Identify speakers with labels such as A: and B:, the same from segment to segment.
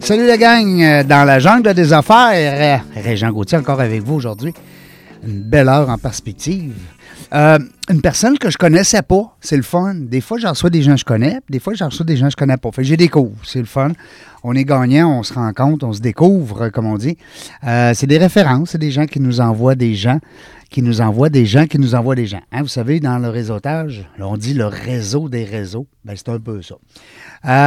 A: Salut la gang euh, dans la jungle des affaires. Euh, Régent Gauthier encore avec vous aujourd'hui. Une belle heure en perspective. Euh, une personne que je connaissais pas, c'est le fun. Des fois, j'en reçois des gens que je connais, puis des fois, j'en reçois des gens que je connais pas. Fait que j'ai des cours, c'est le fun. On est gagnant, on se rencontre, on se découvre, euh, comme on dit. Euh, c'est des références, c'est des gens qui nous envoient des gens, qui nous envoient des gens, qui nous envoient des gens. Hein, vous savez, dans le réseautage, là, on dit le réseau des réseaux. Ben, c'est un peu ça.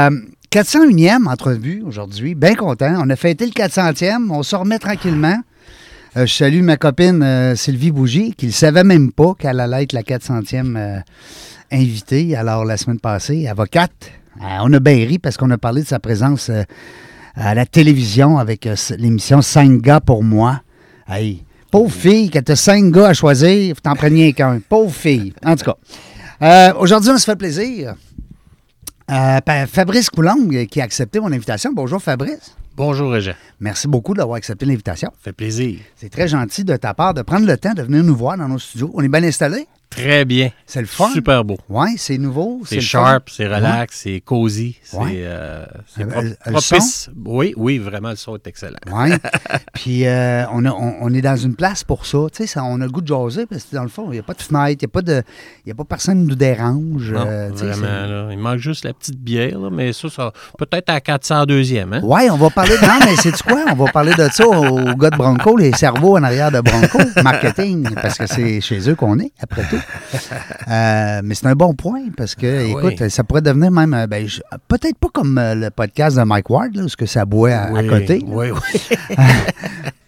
A: Euh, 401e entrevue aujourd'hui, bien content. On a fêté le 400e, on se remet tranquillement. Euh, je salue ma copine euh, Sylvie Bougie, qui ne savait même pas qu'elle allait être la 400e euh, invitée. Alors, la semaine passée, avocate, Euh, on a bien ri parce qu'on a parlé de sa présence euh, à la télévision avec euh, s- l'émission 5 gars pour moi. Hey, pauvre fille, quand t'as 5 gars à choisir, faut t'en preniez qu'un. Pauvre fille. En tout cas, Euh, aujourd'hui, on se fait plaisir. Euh, pa- Fabrice Coulombe euh, qui a accepté mon invitation. Bonjour Fabrice.
B: Bonjour Régent,
A: Merci beaucoup d'avoir accepté l'invitation.
B: fait plaisir.
A: C'est très gentil de ta part de prendre le temps de venir nous voir dans nos studios. On est bien installés.
B: Très bien.
A: C'est le fun.
B: Super beau.
A: Oui, c'est nouveau.
B: C'est
A: le fun.
B: sharp, c'est relax, c'est cosy, c'est
A: Ouais.
B: euh, c'est
A: Euh,
B: pro-
A: euh, le
B: propice. Oui, oui, vraiment, le son est excellent.
A: Ouais. Puis euh, on, a- on- on est dans une place pour ça. Tu sais, ça, on a le goût de jaser parce que dans le fond, il n'y a pas de fenêtre, il n'y a, pas de- il y a pas personne qui nous dérange.
B: Non,
A: euh, tu sais,
B: vraiment,
A: c'est-
B: là. Il manque juste la petite bière, là, mais ça, ça peut-être à 402e. Hein?
A: Ouais, on va parler de. Non, mais c'est quoi? On va parler de ça aux gars de Bronco, les cerveaux en arrière de Bronco, marketing, parce que c'est chez eux qu'on est, après tout. Euh, mais c'est un bon point, parce que,
B: Ah oui.
A: écoute, ça pourrait devenir même. euh, ben, je- Peut-être pas comme euh, le podcast de Mike Ward, là, où ce que ça boit à, à
B: Oui,
A: côté. là.
B: Oui, oui.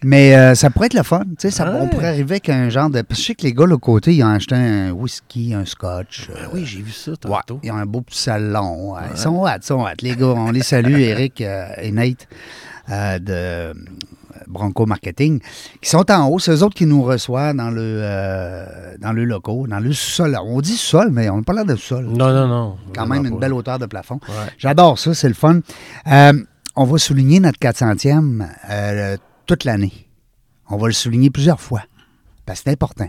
A: Mais euh, ça pourrait être le fun. tu sais, Ça, On
B: Ouais.
A: pourrait arriver avec un genre de. parce que Je sais que les gars, là, côté, ils ont acheté un whisky, un scotch. euh,
B: oui, j'ai vu ça
A: Ouais,
B: tantôt.
A: ils ont un beau petit salon. ouais. Ils sont hâte, ils sont hâte. Les gars, on les salue, Eric euh, et Nate euh, de euh, Bronco Marketing, qui sont en haut. C'est eux autres qui nous reçoivent dans le, euh, dans le locaux, dans le sol. On dit sol, mais on n'a pas l'air de sol.
B: Non, non, non.
A: Quand
B: vraiment
A: même une
B: pas.
A: belle hauteur de plafond.
B: Ouais.
A: J'adore ça, c'est le fun. Euh, on va souligner notre 400e euh, toute l'année. On va le souligner plusieurs fois, parce que c'est important.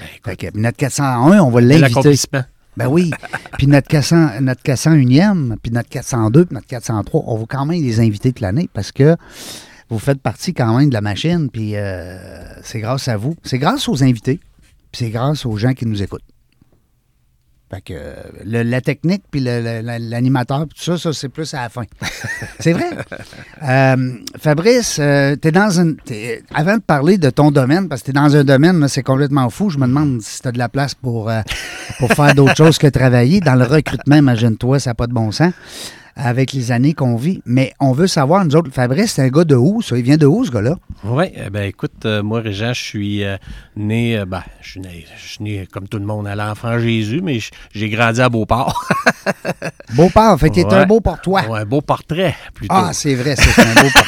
B: Ben,
A: Fait que notre 401, on va l'inviter.
B: L'accomplissement.
A: Ben oui. puis notre 400, notre 401e, puis notre 402, puis notre 403, on va quand même les inviter de l'année parce que vous faites partie quand même de la machine, puis euh, c'est grâce à vous. C'est grâce aux invités, puis c'est grâce aux gens qui nous écoutent. Fait que euh, le- la technique, puis le- le- la- l'animateur, puis tout ça, ça, c'est plus à la fin. c'est vrai. Euh, Fabrice, euh, t'es dans une. t'es- avant de parler de ton domaine, parce que t'es dans un domaine, là, c'est complètement fou. Je me demande si t'as de la place pour, euh, pour faire d'autres choses que travailler. Dans le recrutement, imagine-toi, ça n'a pas de bon sens avec les années qu'on vit. Mais on veut savoir, nous autres, Fabrice, c'est un gars de où, ça? Il vient de où, ce gars-là?
B: Oui, ben écoute, euh, moi, Régent, je suis euh, né, euh, ben, je suis né, je suis né comme tout le monde à l'enfant Jésus, mais je- j'ai grandi à Beauport.
A: Beau-père, fait qu'il est
B: Ouais.
A: un beau pour toi.
B: Ouais, un beau portrait, plutôt.
A: Ah, c'est vrai, ça, c'est un beau pour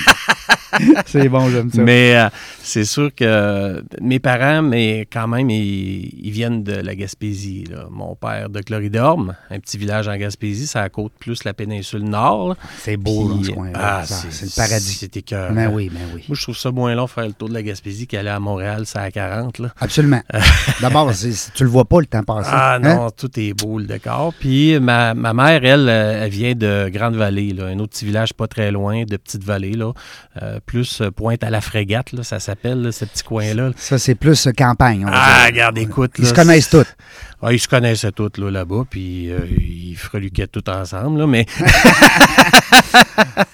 A: C'est bon, j'aime
B: Mais euh, c'est sûr que euh, mes parents, mais quand même, ils, ils viennent de la Gaspésie. là. Mon père de Cloridorme, un petit village en Gaspésie, ça côte plus la péninsule nord. là.
A: C'est beau, dans
B: Puis-
A: ce coin-là.
B: Ah,
A: Ça, c'est le paradis.
B: C'est euh, écœurant.
A: Ben oui, ben oui.
B: Moi, je trouve ça moins long faire le tour de la Gaspésie qu'aller à Montréal, c'est à 40. Là.
A: Absolument. D'abord, c'est- tu le vois pas le temps passé.
B: Euh. Ah
A: Hein?
B: non, tout est beau, le décor. Puis ma, ma mère, elle, euh, elle vient de Grande-Vallée, là, un autre petit village pas très loin, de Petite-Vallée, là, Euh, plus euh, pointe à la frégate, là, ça s'appelle, là, ce petit coin-là.
A: Ça, c'est plus euh, campagne. on va
B: Ah,
A: dire.
B: regarde, écoute.
A: Ils
B: là,
A: se connaissent tous.
B: Ah, ils se connaissaient tous là, là-bas, puis euh, ils freluquaient tous ensemble, là, mais,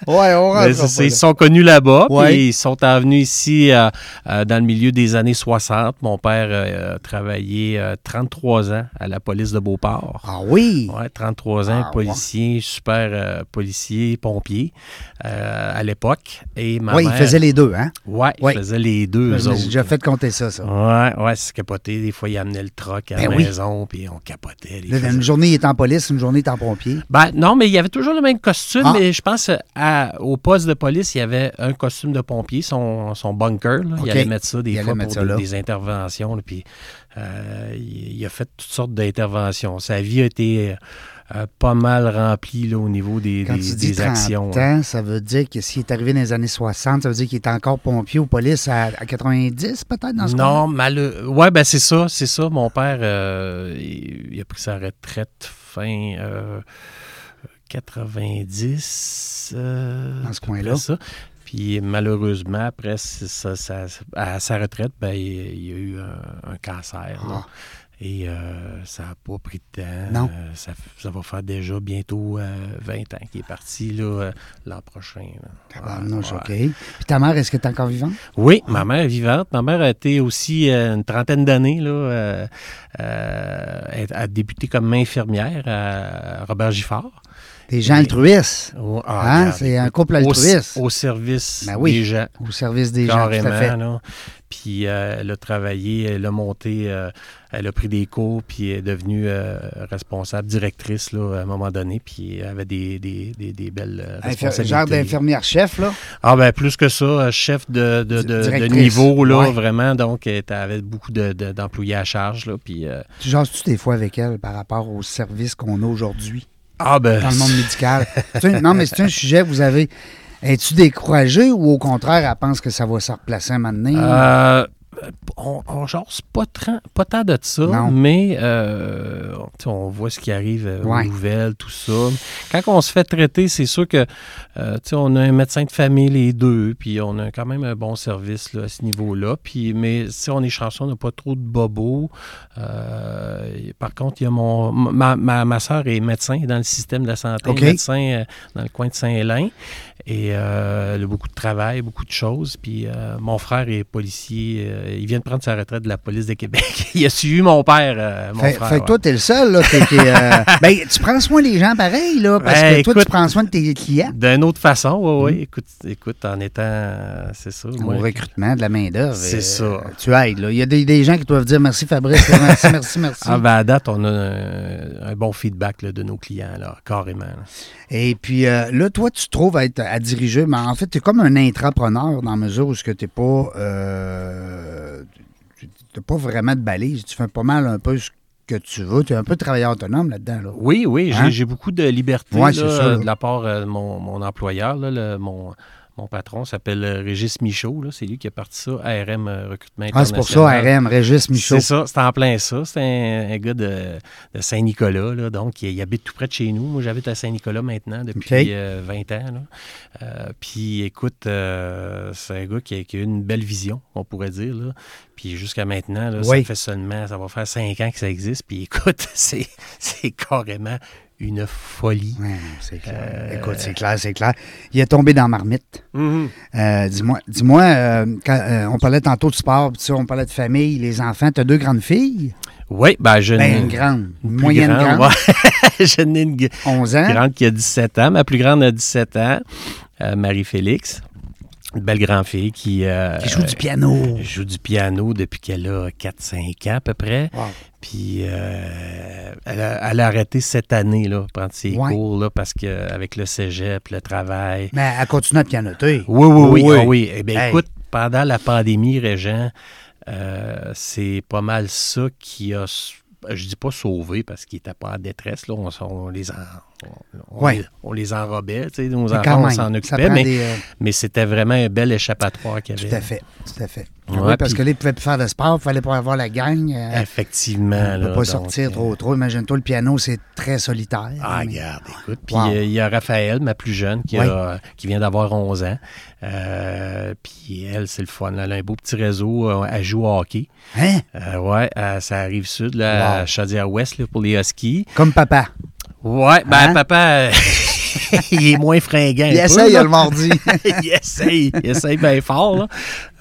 A: Ouais, on
B: mais c'est- ils se sont connus là-bas,
A: Ouais.
B: puis ils sont venus ici euh, euh, dans le milieu des années 60. Mon père euh, a travaillé euh, 33 ans à la police de Beauport.
A: Ah oui!
B: Ouais, 33 ans,
A: Ah,
B: policier, super euh, policier, pompier euh, à l'époque. Et ma
A: Oui, il
B: mère-
A: faisait les deux, hein?
B: Ouais,
A: Oui.
B: il faisait les deux, eux
A: Je me
B: autres.
A: suis déjà fait compter ça, ça.
B: Ouais, ouais, c'est capoté. Des fois, il amenait le troc à la
A: Ben oui.
B: maison, puis on capotait. les
A: Là,
B: faisait-
A: une journée, il est en police, une journée, il est en pompier.
B: Ben, non, mais il y avait toujours le même costume,
A: Ah.
B: mais je pense euh, à- au poste de police, il y avait un costume de pompier, son, son bunker. là.
A: OK.
B: Il allait mettre ça des
A: Il allait
B: fois
A: mettre
B: pour
A: ça
B: des,
A: là.
B: des interventions. là, puis euh, il, il a fait toutes sortes d'interventions. Sa vie a été euh, pas mal remplie là, au niveau des,
A: Quand
B: des-
A: tu dis
B: des
A: 30
B: actions. hein. là.
A: ans, ça veut dire que s'il est arrivé dans les années 60, ça veut dire qu'il est encore pompier ou police à, à 90 peut-être dans ce coin-là?
B: Non, malheureux. Ouais, ben c'est ça, c'est ça. Mon père, euh, il, il a pris sa retraite fin euh, 90. euh,
A: Dans ce
B: à peu près
A: coin-là.
B: ça. Puis malheureusement, après c'est ça- ça- à sa retraite, ben, il, il y a eu un, un cancer. là.
A: Ah.
B: Et euh, ça n'a pas pris de temps.
A: Non.
B: Euh, ça, f- ça va faire déjà bientôt euh, 20 ans qu'il est parti là, euh, l'an prochain. là.
A: Tabarnouche,
B: Ouais.
A: OK. Puis ta mère, est-ce qu'elle est encore vivante?
B: Oui, ma mère est vivante. Ma mère a été aussi euh, une trentaine d'années. Là, euh, euh, elle a débuté comme infirmière à Robert Giffard.
A: Des gens
B: Oui.
A: altruistes.
B: Oh, ah,
A: Hein?
B: regarde,
A: C'est un
B: écoute,
A: couple
B: au-
A: altruiste.
B: Au, service
A: Ben oui.
B: des gens.
A: Au service des gens, tout
B: Carrément,
A: à fait.
B: là. Puis euh, elle a travaillé, elle a monté, euh, elle a pris des cours, puis elle est devenue euh, responsable, directrice là, à un moment donné, puis elle avait des, des, des, des belles euh,
A: Infir-
B: responsabilités.
A: Genre d'infirmière-chef, là.
B: Ah ben plus que ça, euh, chef de, de- de- de
A: Directrice.
B: niveau, là,
A: Ouais.
B: vraiment. Donc, elle était- avait beaucoup de- de- d'employés à charge, là, puis... euh,
A: Tu jases-tu des fois avec elle par rapport aux services qu'on a aujourd'hui
B: ah ben...
A: dans le monde médical? C'est un- non, mais c'est un sujet que vous avez. Es-tu découragé ou au contraire, elle pense que ça va se replacer un moment donné?
B: euh, on, on jase pas, tran- pas tant de ça,
A: Non.
B: mais euh, tu sais, on voit ce qui arrive euh,
A: Ouais.
B: aux nouvelles, tout ça. Quand on se fait traiter, c'est sûr que euh, tu sais, on a un médecin de famille les deux, puis on a quand même un bon service là, à ce niveau-là. Puis, mais si on est chanceux, on n'a pas trop de bobos. Euh, et par contre, il y a mon ma, ma, ma soeur est médecin dans le système de la santé,
A: OK.
B: médecin euh, dans le coin de Saint-Hélène. Et euh, elle a beaucoup de travail, beaucoup de choses. Puis euh, mon frère est policier. euh, il vient de prendre sa retraite de la police de Québec. il a suivi mon père, euh, mon
A: fait,
B: frère.
A: fait que
B: ouais.
A: toi, t'es le seul, là. t'es- t'es, euh, ben, tu prends soin des gens pareil, là, parce
B: Ben,
A: que toi,
B: écoute-
A: tu prends soin de tes clients.
B: D'une autre façon, oui,
A: Hmm.
B: oui. Écoute, écoute, en étant, euh, c'est ça. moi,
A: Au recrutement de la main-d'œuvre. euh,
B: C'est ça.
A: Tu aides, là. Il y a des, des gens qui doivent dire merci, Fabrice, là, merci, merci, merci.
B: Ah, ben, à date, on a un, un bon feedback là, de nos clients, là, carrément. là.
A: Et puis euh, là, toi, tu te trouves à, être, à diriger, mais en fait, tu es comme un intrapreneur dans la mesure où ce que t'es pas. euh, tu n'as pas vraiment de balise. Tu fais pas mal un peu ce que tu veux. Tu es un peu travailleur autonome là-dedans. Là.
B: Oui, oui, j'ai-
A: Hein?
B: j'ai beaucoup de liberté
A: Ouais,
B: là,
A: c'est ça,
B: euh,
A: là.
B: de la part euh, de mon, mon employeur, là, le- mon, mon patron s'appelle euh, Régis Michaud. là, C'est lui qui a parti ça, ARM euh, Recrutement International.
A: Ah, c'est pour ça, RM, Régis Michaud.
B: C'est ça, c'est en plein ça. C'est un, un gars de, de Saint-Nicolas, là, donc il, il habite tout près de chez nous. Moi, j'habite à Saint-Nicolas maintenant depuis
A: OK.
B: euh, 20 ans. là. Euh, puis écoute, euh, c'est un gars qui a, qui a eu une belle vision, on pourrait dire. là. Puis jusqu'à maintenant, là,
A: Oui.
B: ça fait seulement, ça va faire 5 ans que ça existe. Puis écoute, c'est, c'est carrément une folie.
A: Ouais, c'est clair.
B: Euh,
A: Écoute, c'est clair, c'est clair. Il est tombé dans la marmite. Euh, dis-moi, dis-moi euh, quand, euh, on parlait tantôt de sport, puis ça, on parlait de famille, les enfants. Tu as deux grandes filles?
B: Oui, ben je
A: Ben,
B: n'ai-
A: une grande, une
B: plus
A: moyenne grande,
B: ouais. je n'ai une gu-
A: 11 ans.
B: grande qui a 17 ans. Ma plus grande a 17 ans, euh, Marie-Félix. Une belle grand-fille qui, euh,
A: Qui joue du piano.
B: euh, joue du piano depuis qu'elle a 4-5 ans à peu près.
A: Wow.
B: Puis euh, elle, a, elle a arrêté cette année, là, prendre ses
A: Ouais.
B: cours, là, parce qu'avec le cégep, le travail.
A: Mais elle continue à pianoter.
B: Oui, oui, oui.
A: Oui.
B: ah oui. Eh bien,
A: Hey.
B: écoute, pendant la pandémie, Régent, euh, c'est pas mal ça qui a. s- Je dis pas sauvé parce qu'ils n'étaient pas en détresse. Là. On, s- on les en- on, on
A: Ouais.
B: les, on les enrobait, tu sais, nos
A: Mais
B: enfants, on
A: même,
B: s'en
A: ça
B: occupait,
A: prend
B: mais,
A: des, euh,
B: mais c'était vraiment un bel échappatoire qu'il y avait.
A: Tout à fait, tout à fait.
B: Ouais,
A: Oui, parce
B: puis-
A: que là, ils ne pouvaient plus faire de sport, il fallait pas avoir la gang. euh,
B: Effectivement.
A: on ne peut
B: là,
A: pas
B: donc,
A: sortir
B: euh,
A: trop, trop. Imagine-toi, le piano, c'est très solitaire.
B: Ah,
A: mais-
B: regarde, écoute. Puis
A: Wow.
B: euh, il y a Raphaël, ma plus jeune, qui, a-
A: Oui.
B: qui vient d'avoir 11 ans. Euh, puis elle, c'est le fun. là. Elle a un beau petit réseau. euh, Elle joue au hockey.
A: Hein?
B: Euh, ouais, à- ça arrive sud, là,
A: Wow.
B: à Chaudière-Ouest, là, pour les Huskies.
A: Comme papa.
B: Ouais, ben
A: Hein?
B: papa, euh, il est moins fringant.
A: Il
B: un peu,
A: essaye
B: là.
A: le mardi.
B: il essaye, il essaye bien fort. Là.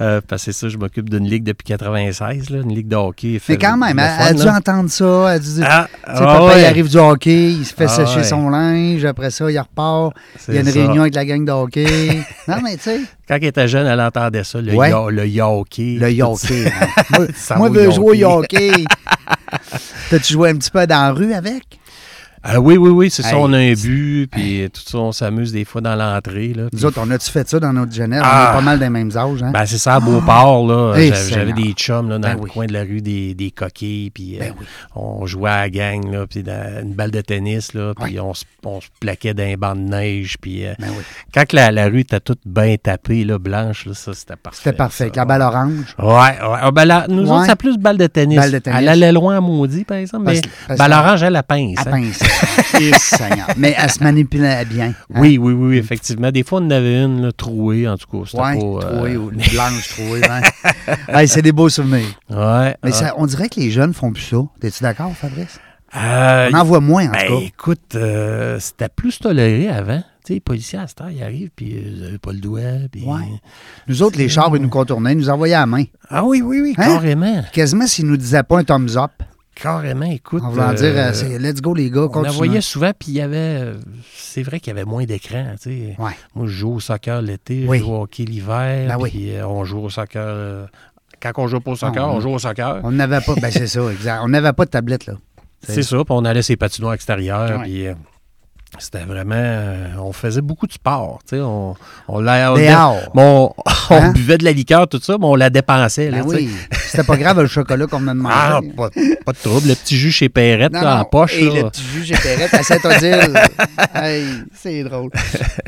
B: Euh, parce que c'est ça, je m'occupe d'une ligue depuis 96, là, une ligue de hockey.
A: Mais quand même, hein, elle a
B: elle
A: dû entendre ça. Elle a dû dire,
B: hein? Ah,
A: tu sais,
B: ah
A: papa, il
B: ouais.
A: arrive du hockey, il se fait
B: Ah
A: sécher
B: ouais.
A: son linge, après ça, il repart. Il y a une réunion avec la gang de hockey. non, mais tu sais,
B: Quand elle était jeune, elle entendait ça, le,
A: Ouais.
B: yo- le yoki.
A: le hockey. hein. Moi-
B: Ça
A: Moi,
B: va
A: je veux
B: au
A: jouer au hockey. T'as-tu joué un petit peu dans la rue avec?
B: Ah oui, oui, oui, c'est ça,
A: Hey,
B: on a un but, puis tout ça, on s'amuse des fois dans l'entrée. Là,
A: Nous autres, on a-tu fait ça dans notre jeunesse?
B: Ah.
A: On est pas mal des mêmes âges. Hein?
B: Ben, c'est ça, à Beauport, là.
A: Eh,
B: J'avais- J'avais
A: Seigneur.
B: des chums, là, dans
A: Ben
B: le
A: oui.
B: coin de la rue, des, des coquilles, puis
A: Ben
B: euh, on jouait à la gang, là, puis dans une balle de tennis, là, puis on, se- on se plaquait dans un banc de neige, puis euh,
A: Ben oui.
B: quand que la, la rue était toute bien tapée, là, blanche, là, ça, c'était parfait.
A: C'était parfait. Avec
B: ça.
A: la balle orange.
B: Ouais, ouais. Ah, ben, la- nous
A: Ouais.
B: autres, c'est plus balle de, tennis.
A: Balle de tennis.
B: Elle allait loin à maudit, par exemple,
A: Parce-
B: mais
A: parce
B: balle
A: que-
B: orange, elle la pince.
A: À
B: hein.
A: pince. Eh, Seigneur. Mais elle se manipulait bien. hein?
B: Oui, oui, oui, effectivement. Des fois, on en avait une là, trouée, en tout cas. C'était
A: Ouais,
B: pas, euh,
A: trouée ou une blanche trouée. ouais. Hey, c'est des beaux souvenirs.
B: Ouais. euh,
A: Mais
B: ouais.
A: ça- on dirait que les jeunes font plus ça. T'es-tu d'accord, Fabrice?
B: Euh,
A: On en voit moins, en
B: Ben,
A: tout cas.
B: écoute, euh, c'était plus toléré avant. Tu sais, les policiers, à cette heure, ils arrivent, puis euh, vous n'avez pas le doigt. Puis...
A: Ouais. Nous autres, les chars, ils nous contournaient, ils nous envoyaient à la main.
B: Ah oui, oui, oui,
A: Hein?
B: carrément.
A: Quasiment s'ils nous disaient pas un thumbs up.
B: Carrément, écoute.
A: On voulait en
B: euh,
A: dire, euh, c'est let's go, les gars,
B: on la
A: continuez.
B: voyait souvent, puis il y avait. euh, C'est vrai qu'il y avait moins d'écran. tu sais.
A: Ouais.
B: Moi, je joue au soccer l'été,
A: Oui.
B: je joue au hockey l'hiver,
A: Ben oui.
B: puis euh, on joue au soccer. euh, quand on joue pas au soccer,
A: Non,
B: on,
A: Ah, on-
B: joue au soccer.
A: On n'avait pas, ben c'est ça, exact. On n'avait pas de tablette, là.
B: C'est ça, puis on allait ses patinoires extérieures,
A: Ouais.
B: puis. euh, c'était vraiment. euh, on faisait beaucoup de sport. tu sais, On, on, l'a- on,
A: Des arts.
B: Bon, on
A: Hein?
B: buvait de la liqueur, tout ça, mais on la dépensait.
A: Ben
B: là, tu sais.
A: oui. C'était pas grave le chocolat qu'on a demandé.
B: Ah, pas, pas de trouble. Le petit jus chez Perrette,
A: Non,
B: là, en
A: non.
B: poche.
A: Et
B: là.
A: le petit juge Perrette à Saint-Odile. Hey, c'est drôle.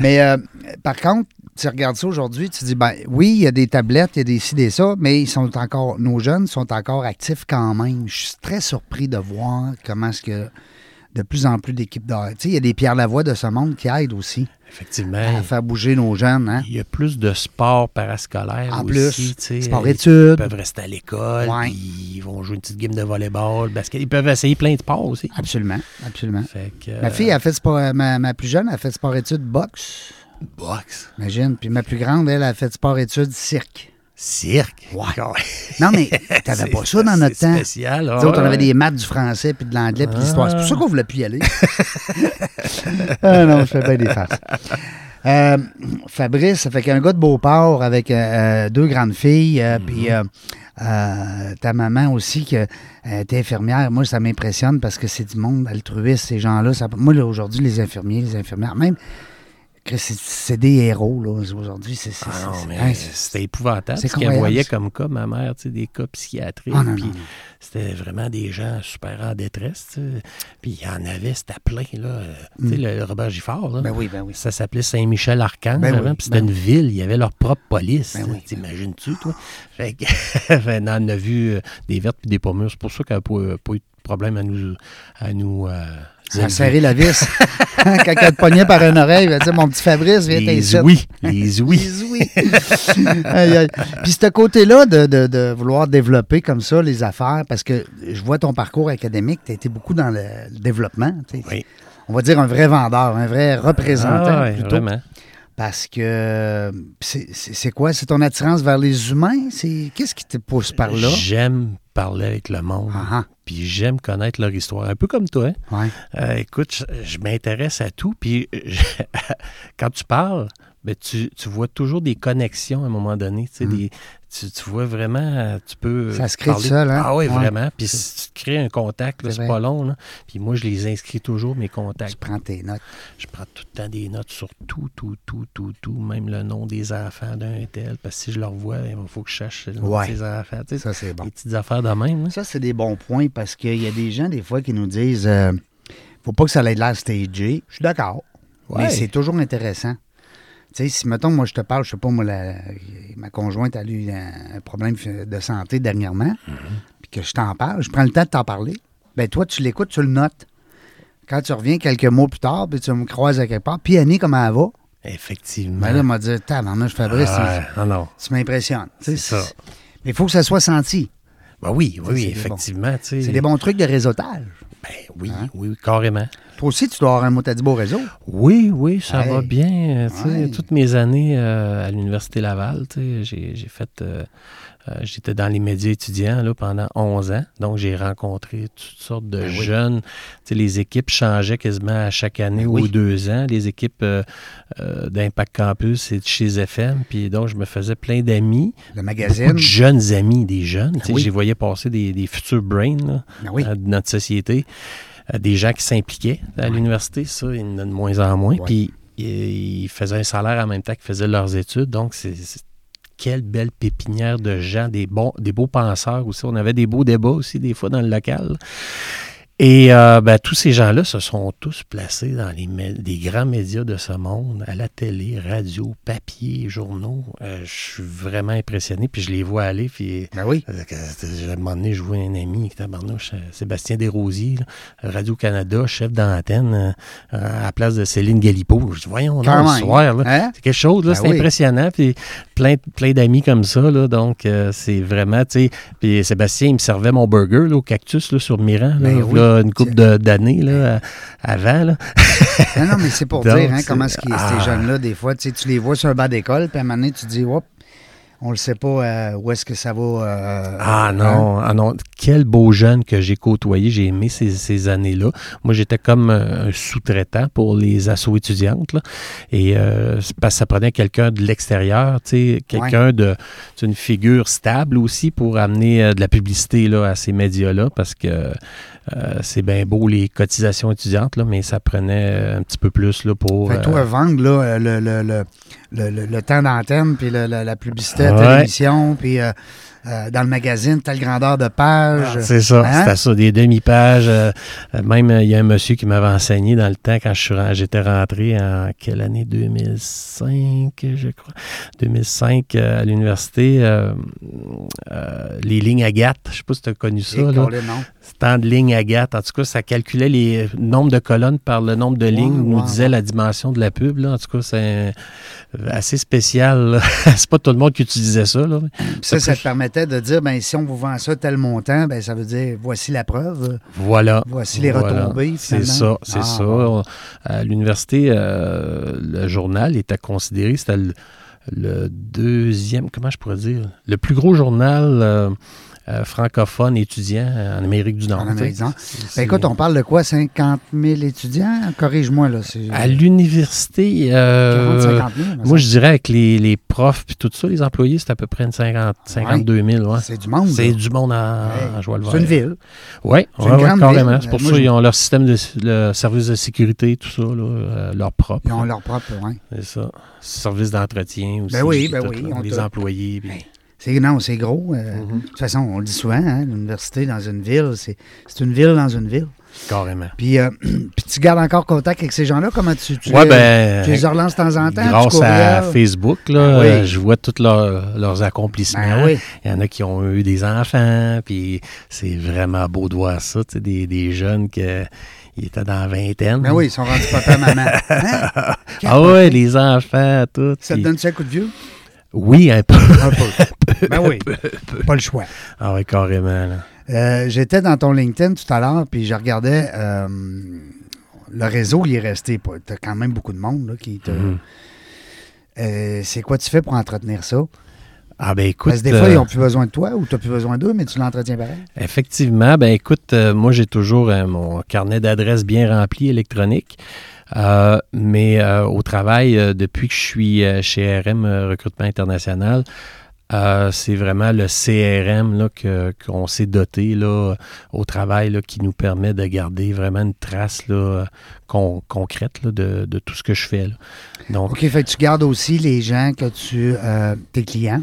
A: Mais euh, par contre, tu regardes ça aujourd'hui, tu dis, ben oui, il y a des tablettes, il y a des ci, des ça, mais ils sont encore, nos jeunes sont encore actifs quand même. Je suis très surpris de voir comment est-ce que de plus en plus d'équipes d'art. Tu sais, il y a des Pierre Lavoie de ce monde qui aident aussi
B: Effectivement,
A: à faire bouger nos jeunes. Hein?
B: il y a plus de sport parascolaire
A: En
B: aussi.
A: plus,
B: tu sais. Ils
A: sport-études.
B: peuvent rester à l'école,
A: Ouais.
B: puis ils vont jouer une petite game de volleyball, basket. Ils peuvent essayer plein de sports aussi.
A: Absolument, absolument.
B: Fait que,
A: Ma
B: euh,
A: fille a fait sport, ma, ma plus jeune a fait sport-études boxe,
B: euh, boxe,
A: imagine. Puis ma plus grande, elle a fait sport-études cirque.
B: cirque.
A: Non, mais t'avais pas ça dans notre temps.
B: spécial.
A: Nous autres, on avait des maths du français, puis de l'anglais, puis de l'histoire. C'est pour ça qu'on voulait plus y aller. ah non, je fais bien des farces. Euh, Fabrice, ça fait qu'un gars de Beauport avec euh, euh, deux grandes filles, euh,
B: Mhm.
A: puis euh, euh, ta maman aussi, qui était infirmière. Moi, ça m'impressionne parce que c'est du monde altruiste, ces gens-là. Ça- moi, là, aujourd'hui, les infirmiers, les infirmières, même, que c'est- c'est des héros, là, aujourd'hui. C'est c'est-
B: Ah non,
A: c'est-
B: mais
A: hein, c'est-
B: c'était épouvantable.
A: c'est
B: Ce qu'elle
A: incroyable,
B: voyait
A: ça.
B: comme cas, ma mère, tu sais, des cas psychiatriques.
A: Ah, non, non,
B: puis
A: non.
B: C'était vraiment des gens super en détresse. tu sais. Puis il y en avait, c'était plein, là. euh, Tu sais, le, le Robert Giffard, là.
A: Mm. Ben oui, ben oui.
B: Ça s'appelait Saint-Michel-Archange
A: Ben oui,
B: avant, puis c'était
A: ben
B: une ville. Il y avait leur propre police.
A: Ben
B: tu sais.
A: oui.
B: T'imagines-tu, toi? Fait que, fait, non, on a vu euh, des vertes puis des pommures. C'est pour ça qu'elle n'a pas, pas eu de problème à nous... À nous euh,
A: Ça a
B: élever.
A: serré la vis. Quand elle te pognait par une oreille, elle dit Mon petit Fabrice, viens
B: Les
A: t'inciter.
B: oui, les oui.
A: oui. Aïe, aïe. Puis ce côté-là de, de- de vouloir développer comme ça les affaires, parce que je vois ton parcours académique, tu as été beaucoup dans le, le développement. tu sais.
B: Oui.
A: On va dire un vrai vendeur, un vrai représentant
B: Ah ouais,
A: plutôt.
B: vraiment.
A: Parce que c'est- c'est c'est quoi? C'est ton attirance vers les humains? C'est Qu'est-ce qui te pousse par là?
B: J'aime parler avec le monde.
A: Ah,
B: Puis j'aime connaître leur histoire. Un peu comme toi. hein.
A: ah. Ouais.
B: Euh, écoute, je, je m'intéresse à tout. Puis je- quand tu parles, ben, tu, tu vois toujours des connexions à un moment donné. Tu, sais, des- tu, tu vois vraiment, euh, tu peux.
A: Mm. Ça se crée
B: parler-
A: tout seul, hein?
B: Ah oui,
A: Ouais.
B: vraiment. Puis si tu te crées un contact, là,
A: C'est
B: c'est
A: vrai.
B: pas long. là. Puis moi, je les inscris toujours, mes contacts.
A: Tu prends tes notes.
B: Je prends tout le temps des notes sur tout, tout, tout, tout, tout, même le nom des enfants d'un et tel. Parce que si je leur vois, il faut que je cherche le nom
A: Ouais.
B: de ces enfants. Tu sais,
A: Ça, c'est bon.
B: Des petites affaires de même. hein? là.
A: Ça, c'est des bons points parce qu'il y a des gens, des fois, qui nous disent euh, faut pas que ça ait de l'air stagé. Je suis d'accord.
B: Ouais.
A: Mais c'est toujours intéressant. Tu sais, si, mettons, moi, je te parle, je sais pas, moi, la- ma conjointe a eu un, un problème fi- de santé dernièrement,
B: Mm-hmm.
A: puis que je t'en parle, je prends le temps de t'en parler. Ben toi, tu l'écoutes, tu le notes. Quand tu reviens quelques mots plus tard, puis tu me croises à quelque part, puis Annie, comment elle va?
B: Effectivement.
A: Ben là, elle m'a dit, tabarnouche, Fabrice,
B: Ah, non, non.
A: tu, tu m'impressionnes. Tu sais,
B: C'est ça.
A: c'est- Mais il faut que ça soit senti.
B: Ben oui, oui,
A: c'est des
B: effectivement. tu sais.
A: C'est des bons trucs de réseautage.
B: Ben oui, oui, oui, carrément.
A: Toi aussi, tu dois avoir un motadibo réseau.
B: Oui, oui, ça
A: Hey.
B: va bien. euh, tu sais,
A: Ouais.
B: Toutes mes années euh, à l'Université Laval, tu sais, j'ai j'ai fait. euh, euh, J'étais dans les médias étudiants là, pendant 11 ans. Donc, j'ai rencontré toutes sortes de
A: Ben oui.
B: jeunes. Tu sais, les équipes changeaient quasiment à chaque année
A: Ben
B: ou
A: oui.
B: deux ans. Les équipes euh, euh, d'Impact Campus et de chez FM. Puis, donc, je me faisais plein d'amis.
A: Le
B: Beaucoup
A: magazine.
B: de jeunes amis, des jeunes. Tu sais,
A: Ben oui.
B: J'y voyais passer des, des futurs brains. là
A: Ben oui.
B: euh, de notre société, euh, des gens qui s'impliquaient à l'université, ça, il y en a de moins en moins.
A: Ouais.
B: Puis ils ils faisaient un salaire en même temps qu'ils faisaient leurs études. Donc, c'est. c'est- Quelle belle pépinière de gens, des, bons, des beaux penseurs aussi. On avait des beaux débats aussi, des fois, dans le local. Et euh, ben, tous ces gens-là se sont tous placés dans les, mé- des grands médias de ce monde, à la télé, radio, papier, journaux. Euh, je suis vraiment impressionné, puis je les vois aller, puis
A: Ben oui.
B: euh, que- J'ai à un moment donné, je vois un ami, tabarnouche, euh, Sébastien Desrosiers, là, Radio-Canada, chef d'antenne, euh, euh, à la place de Céline Galipo. Je dis, voyons,
A: Quand
B: là,
A: même.
B: ce soir, là,
A: Hein?
B: c'est quelque chose, là,
A: Ben
B: c'est
A: oui.
B: impressionnant. Puis plein, plein d'amis comme ça, là, donc euh, c'est vraiment, tu sais. Puis Sébastien, il me servait mon burger là, au cactus là, sur Miran, là,
A: Ben oui. Ben
B: là, une couple de- d'années là, à- avant. Là.
A: Non, non, mais c'est pour
B: Donc,
A: dire hein,
B: c'est-
A: comment ce qui
B: Ah.
A: ces jeunes-là, des fois, tu sais, tu les vois sur un banc d'école, puis à un moment donné, tu te dis, Oups, on le sait pas euh, où est-ce que ça va. euh,
B: Ah
A: hein?
B: non, ah non, quel beau jeune que j'ai côtoyé, j'ai aimé ces, ces années-là. Moi, j'étais comme euh, un sous-traitant pour les assos étudiantes. là. Et euh, c'est parce que ça prenait quelqu'un de l'extérieur, tu sais, quelqu'un de tu sais, une figure stable aussi pour amener euh, de la publicité là, à ces médias-là, parce que euh, c'est bien beau les cotisations étudiantes, là, mais ça prenait euh, un petit peu plus là, pour.
A: Fait que toi,
B: euh,
A: vendre là, euh, le, le, le, le, le- le temps d'antenne, puis le- le- la publicité à
B: Ouais.
A: télévision, puis euh, euh, dans le magazine, telle grandeur de page.
B: Ah, C'est ça,
A: Hein?
B: c'était ça, des demi-pages. euh, euh, même, euh, il y a un monsieur qui m'avait enseigné dans le temps quand je suis ren- j'étais rentré en quelle année 2005, je crois. 2005 euh, à l'université, euh, euh, les lignes Agathe. Je sais pas si tu as connu ça.
A: Et
B: là.
A: qu'on les nomme.
B: C'est tant de lignes Agathe. En tout cas, ça calculait les nombres de colonnes par le nombre de lignes.
A: Wow,
B: nous
A: wow,
B: disait
A: wow.
B: la dimension de la pub. là. En tout cas, c'est euh, assez spécial. là. c'est pas tout le monde qui utilisait ça. là.
A: Ça, ça
B: Après,
A: te permettait de dire, ben, si on vous vend ça tel montant, ben, ça veut dire, voici la preuve.
B: Voilà.
A: Voici les
B: Voilà.
A: retombées,
B: C'est ça,
A: finalement.
B: c'est
A: Ah,
B: ça.
A: bon.
B: On- à l'université, euh, le journal était considéré, c'était le, le deuxième, comment je pourrais dire, le plus gros journal euh, euh, francophone étudiant en Amérique du Nord.
A: En Amérique du Nord.
B: C'est-
A: Ben,
B: c'est-
A: écoute, on parle de quoi? 50 000 étudiants? Corrige-moi, là. c'est-
B: À l'université, euh,
A: 40 000, me
B: moi
A: semble.
B: je dirais avec les, les profs et tout ça, les employés, c'est à peu près une 50, 52 000. ouais.
A: Ah C'est du monde.
B: C'est
A: là.
B: du monde en,
A: Ouais.
B: en joie le
A: C'est une
B: vert.
A: ville.
B: Oui,
A: C'est une grande ville.
B: carrément. C'est pour
A: Moi,
B: ça
A: je-
B: qu'ils ont leur système de le service de sécurité, tout ça, là, euh, leur propre.
A: Ils ont leur propre. ouais.
B: C'est ça. Service d'entretien aussi.
A: Ben oui,
B: puis
A: ben
B: tout,
A: oui,
B: là,
A: on
B: les
A: t'a- Ben.
B: employés. puis-
A: C'est, non, c'est gros. euh,
B: Mhm.
A: De toute façon, on le dit souvent, hein, l'université dans une ville, c'est, c'est une ville dans une ville.
B: Carrément.
A: Puis, euh, puis tu gardes encore contact avec ces gens-là? Comment tu, tu,
B: Ouais,
A: les,
B: ben,
A: tu les relances de temps en temps? tu
B: grâce à
A: courriels?
B: Facebook, là,
A: Ben oui.
B: euh, je vois tous leurs- leurs accomplissements.
A: Ben oui.
B: Il y en a qui ont eu des enfants, puis c'est vraiment beau de voir ça, tu sais, des, des jeunes qui étaient dans la vingtaine.
A: Ben oui, ils sont rendus papa, maman. Hein?
B: Ah ouais, les enfants, tout.
A: Ça te
B: puis-
A: donne-tu un coup de vieux?
B: Oui, un peu.
A: Un peu. ben oui, pas le choix.
B: Ah oui, carrément. Là.
A: Euh, J'étais dans ton LinkedIn tout à l'heure, puis je regardais. euh, le réseau, il est resté. Tu as quand même beaucoup de monde là, qui te.
B: Mhm.
A: Euh, c'est quoi tu fais pour entretenir ça?
B: Ah ben écoute,
A: Parce que des fois,
B: euh,
A: ils n'ont plus besoin de toi ou tu n'as plus besoin d'eux, mais tu l'entretiens pareil.
B: effectivement, ben écoute, euh, moi j'ai toujours euh, mon carnet d'adresses bien rempli électronique, Euh, mais euh, au travail, euh, depuis que je suis euh, chez RM euh, Recrutement International, euh, c'est vraiment le CRM là, que, qu'on s'est doté là, au travail là, qui nous permet de garder vraiment une trace là, con- concrète là, de, de tout ce que je fais. là. Donc,
A: OK, fait que tu gardes aussi les gens que tu. euh, tes clients,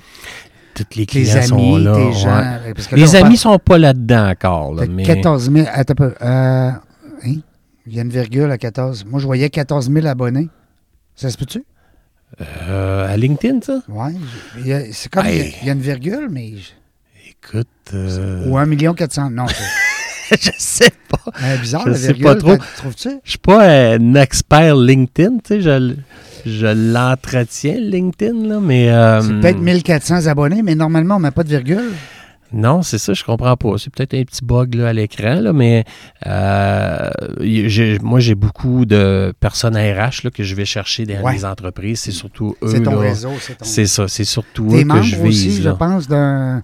B: tous les
A: tes
B: clients
A: amis,
B: sont là.
A: tes
B: ouais.
A: gens. euh, parce que là,
B: Les
A: on
B: amis sont pas là-dedans encore. là,
A: parle de
B: mais...
A: 14 000. Attends un peu. euh, hein? Il y a une virgule à 14. Moi, je voyais 14 000 abonnés. Ça se peut-tu?
B: Euh, à LinkedIn, ça?
A: Oui. C'est comme. il y a-
B: Hey.
A: Il y a une virgule, mais. je-
B: Écoute, euh,
A: Ou 1 million 400. Non, c'est
B: je sais pas.
A: euh, bizarre,
B: Je
A: la
B: sais
A: virgule.
B: pas trop. Euh,
A: t'as- Trouves-tu?
B: Je suis pas un expert LinkedIn, tu sais, je, l- je l'entretiens, LinkedIn, là, mais... euh,
A: C'est peut-être 1400 abonnés, mais normalement, on n'a pas de virgule.
B: Non, c'est ça, je comprends pas. C'est peut-être un petit bug là, à l'écran, là, mais euh, j'ai- moi, j'ai beaucoup de personnes RH là, que je vais chercher dans
A: Ouais.
B: les entreprises. C'est surtout eux.
A: C'est ton
B: Euh, là.
A: réseau, c'est ton
B: C'est ça, c'est surtout
A: Des
B: eux que je
A: membres
B: vise.
A: aussi, je
B: là.
A: pense, d'un-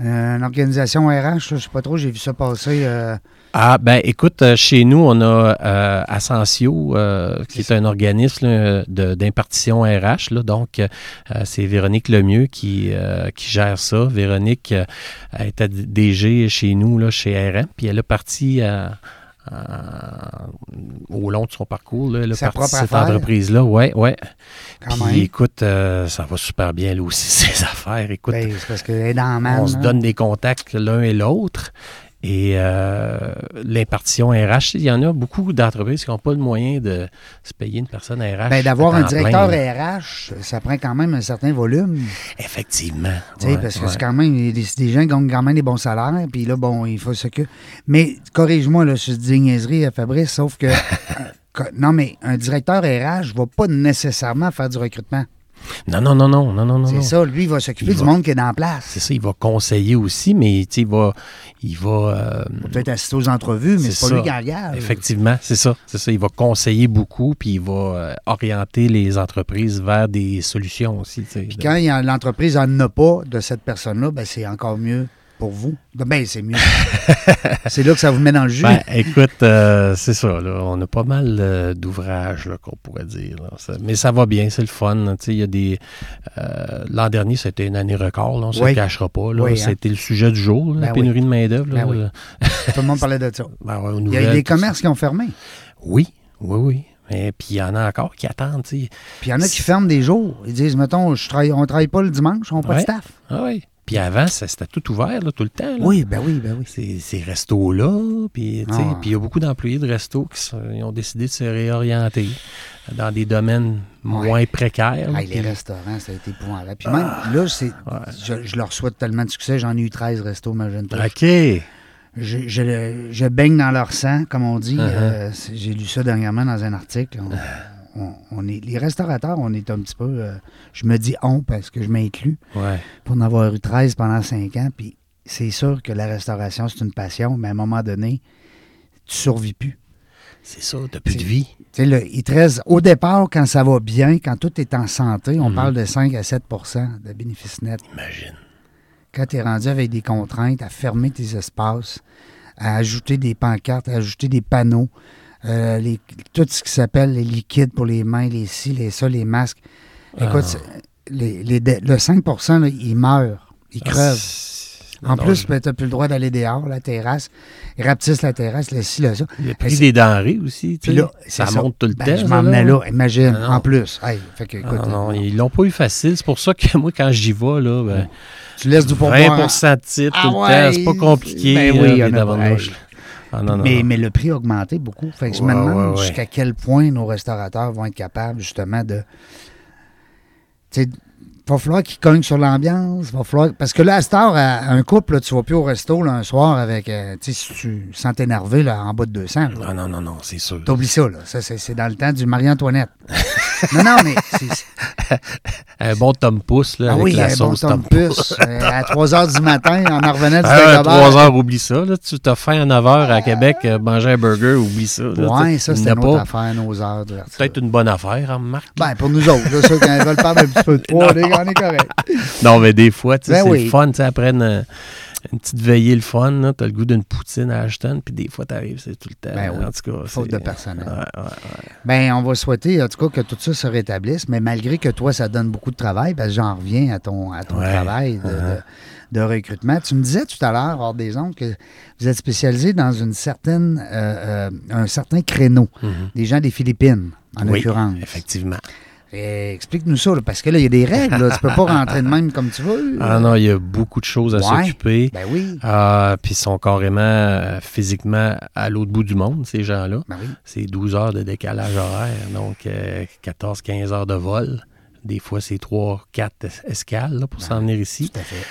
A: euh, une organisation RH, je sais pas trop, j'ai vu ça passer. euh,
B: Ah, ben écoute, euh, chez nous, on a euh, Ascensio, euh, qui est un organisme là, de- d'impartition RH. Là, donc, euh, c'est Véronique Lemieux qui, euh, qui gère ça. Véronique euh, est à DG chez nous, là, chez RM, puis elle a parti à- à- au long de son parcours, là, elle a
A: Sa
B: parti
A: propre
B: cette
A: affaire.
B: entreprise-là. Ouais, ouais.
A: quand
B: Puis
A: même.
B: écoute, euh, ça va super bien, là aussi, ses affaires. Écoute,
A: Ben, c'est parce qu'elle est dans la manne,
B: on se
A: hein.
B: donne des contacts l'un et l'autre. Et euh, l'impartition RH, il y en a beaucoup d'entreprises qui n'ont pas le moyen de se payer une personne RH.
A: Ben, D'avoir
B: à
A: un
B: temps
A: directeur
B: plein.
A: RH, ça prend quand même un certain volume.
B: Effectivement.
A: Tu sais,
B: Ouais,
A: parce que
B: ouais.
A: c'est quand même des, des gens qui gagnent quand même des bons salaires, puis là, bon, il faut que Mais corrige-moi là, si je dis niaiserie à Fabrice, sauf que. euh, non, mais un directeur RH va pas nécessairement faire du recrutement.
B: Non, non, non, non, non, non, non.
A: C'est
B: non.
A: ça, lui, il va s'occuper
B: Il
A: du
B: va-
A: monde qui est dans la place.
B: C'est ça, il va conseiller aussi, mais tu sais, il va. Il va euh,
A: Peut-être assister aux entrevues, mais
B: C'est
A: c'est pas
B: ça.
A: lui qui engage.
B: effectivement, c'est ça. C'est ça. Il va conseiller beaucoup, puis il va euh, orienter les entreprises vers des solutions aussi. tu sais.
A: Puis quand il y a- l'entreprise n'en a pas de cette personne-là, ben, c'est encore mieux pour vous. Ben, c'est mieux. c'est là que ça vous met dans le jus.
B: Ben, écoute, euh, c'est ça. Là, on a pas mal euh, d'ouvrages là, qu'on pourrait dire. là. Ça- mais ça va bien, c'est le fun. là. Tu sais, il y a des. euh, l'an dernier, c'était une année record. là, on ne se
A: Oui.
B: le cachera pas. Là,
A: Oui, hein.
B: C'était le sujet du jour, là,
A: Ben
B: la pénurie de main d'œuvre. là.
A: Ben oui. Tout le monde parlait de ça.
B: Ben ouais, aux
A: Il y a
B: nouvelles,
A: des
B: tout ça.
A: commerces qui ont fermé.
B: Oui, oui, oui. Et puis il y en a encore qui attendent. tu sais.
A: Puis il y en a qui ferment des jours. Ils disent, mettons, je travaille, on ne travaille pas le dimanche, on n'a pas de
B: Ouais.
A: staff.
B: Ah oui. Puis avant, ça, c'était tout ouvert là, tout le temps. là.
A: ben oui, ben oui.
B: Ces, ces restos-là. Puis tu sais,
A: Ah.
B: puis il y a beaucoup d'employés de restos qui sont- ils ont décidé de se réorienter dans des domaines moins précaires. là,
A: Ah, les
B: puis-
A: restaurants, ça a été épouvantable. Puis même, là, c'est, je, je leur souhaite tellement de succès. J'en ai eu 13 restos, imagine-toi.
B: OK.
A: Je, je le- je baigne dans leur sang, comme on dit. Euh, c'est- j'ai lu ça dernièrement dans un article. On, on- on est, les restaurateurs, on est un petit peu... euh, je me dis « on » parce que je m'inclus.
B: Ouais.
A: pour en avoir eu 13 pendant 5 ans. Puis c'est sûr que la restauration, c'est une passion, mais à un moment donné, tu survis plus.
B: C'est ça, t'as plus de vie.
A: Tu sais, là, il te reste, au départ, quand ça va bien, quand tout est en santé, on parle de 5 à 7 de bénéfices nets.
B: Imagine.
A: Quand tu es rendu avec des contraintes à fermer tes espaces, à ajouter des pancartes, à ajouter des panneaux, euh, les- tout ce qui s'appelle les liquides pour les mains, les cils, les ça, les masques. Écoute, c'est- les, les dé- le 5 là, il meurt, il
B: Ah,
A: crève. En plus, tu n'as plus le droit d'aller dehors, la terrasse. Ils rapetissent la terrasse, le ci, le ça.
B: il y a
A: Mais
B: pris
A: c'est-
B: des denrées aussi. tu
A: puis
B: sais.
A: là,
B: ça,
A: c'est
B: monte tout le
A: Ben,
B: temps.
A: Je
B: ça,
A: m'en venais là, imagine,
B: Ah non.
A: en plus. Hey, fait que, écoute,
B: Ah non,
A: euh,
B: ils l'ont pas eu facile. C'est pour ça que moi, quand j'y vais, là, ben,
A: tu laisses du pourboire.
B: 20 de titre
A: Ah
B: tout le
A: ouais,
B: temps. C'est pas compliqué. euh,
A: ben
B: là,
A: oui,
B: les
A: il y en a pas.
B: davantages.
A: Hey.
B: Ah non, non,
A: mais,
B: non.
A: mais le prix a augmenté beaucoup. Fait que je me
B: Ouais,
A: demande
B: ouais, ouais.
A: jusqu'à quel point nos restaurateurs vont être capables, justement, de. Tu sais, va falloir qu'ils cognent sur l'ambiance. Va falloir... Parce que là, à cette heure, à- à un couple, là, tu vas plus au resto là, un soir avec. euh, tu sais, si tu sens t'énerver là, en bas de 200. là.
B: non, Ah, non, non, non, c'est sûr.
A: T'oublies ça, là. Ça, c'est, c'est dans le temps du Marie-Antoinette. non, non, mais. c'est- c'est-
B: Un Euh, bon Tom Pouce, là,
A: ah
B: avec
A: oui,
B: la
A: un bon
B: sauce
A: Tom Puce. euh, à 3 h du matin, on en revenait du
B: Ah,
A: Dagobert.
B: à 3 heures, oublie ça. Là, tu t'as faim à 9 heures à Québec, euh, manger un burger, oublie ça. là, tu
A: Ouais,
B: sais,
A: ça,
B: il
A: c'est
B: n'y en
A: une
B: a
A: autre
B: pas.
A: affaire, nos heures. de-
B: Peut-être une bonne affaire, hein, Marc.
A: Ben, pour nous autres, là, ceux qui veulent perdre un petit peu de poids, les gars, on est correct.
B: Non, mais des fois, tu sais,
A: Ben
B: c'est
A: oui.
B: le fun, tu sais, après une, une petite veillée, le fun, là, t'as le goût d'une poutine à Ashton, puis des fois, t'arrives, c'est tout le temps.
A: Ben oui,
B: En tout cas,
A: Faute
B: c'est-
A: de hein. personnel.
B: Ouais, ouais.
A: Ben, on va souhaiter, en tout cas, que tout ça se rétablisse, mais malgré que toi, ça donne beaucoup de travail, parce que j'en reviens à ton, à ton
B: Ouais.
A: travail de, de- de recrutement. Tu me disais tout à l'heure, hors des ondes, que vous êtes spécialisé dans une certaine, euh, euh, un certain créneau, des gens des Philippines, en
B: Mm-hmm. Oui,
A: l'occurrence.
B: effectivement.
A: Et Eh, Explique-nous ça, là, parce que là, il y a des règles. là. Tu peux pas rentrer de même comme tu veux.
B: Ah non, il y a beaucoup de choses à
A: Ouais.
B: s'occuper.
A: Ben oui.
B: Ah, puis ils sont carrément euh, physiquement à l'autre bout du monde, ces gens-là.
A: Ben oui.
B: C'est 12 heures de décalage horaire, donc 14-15 heures de vol. Des fois, c'est 3-4 escales là, pour s'en venir ici.
A: Ben, Tout à fait.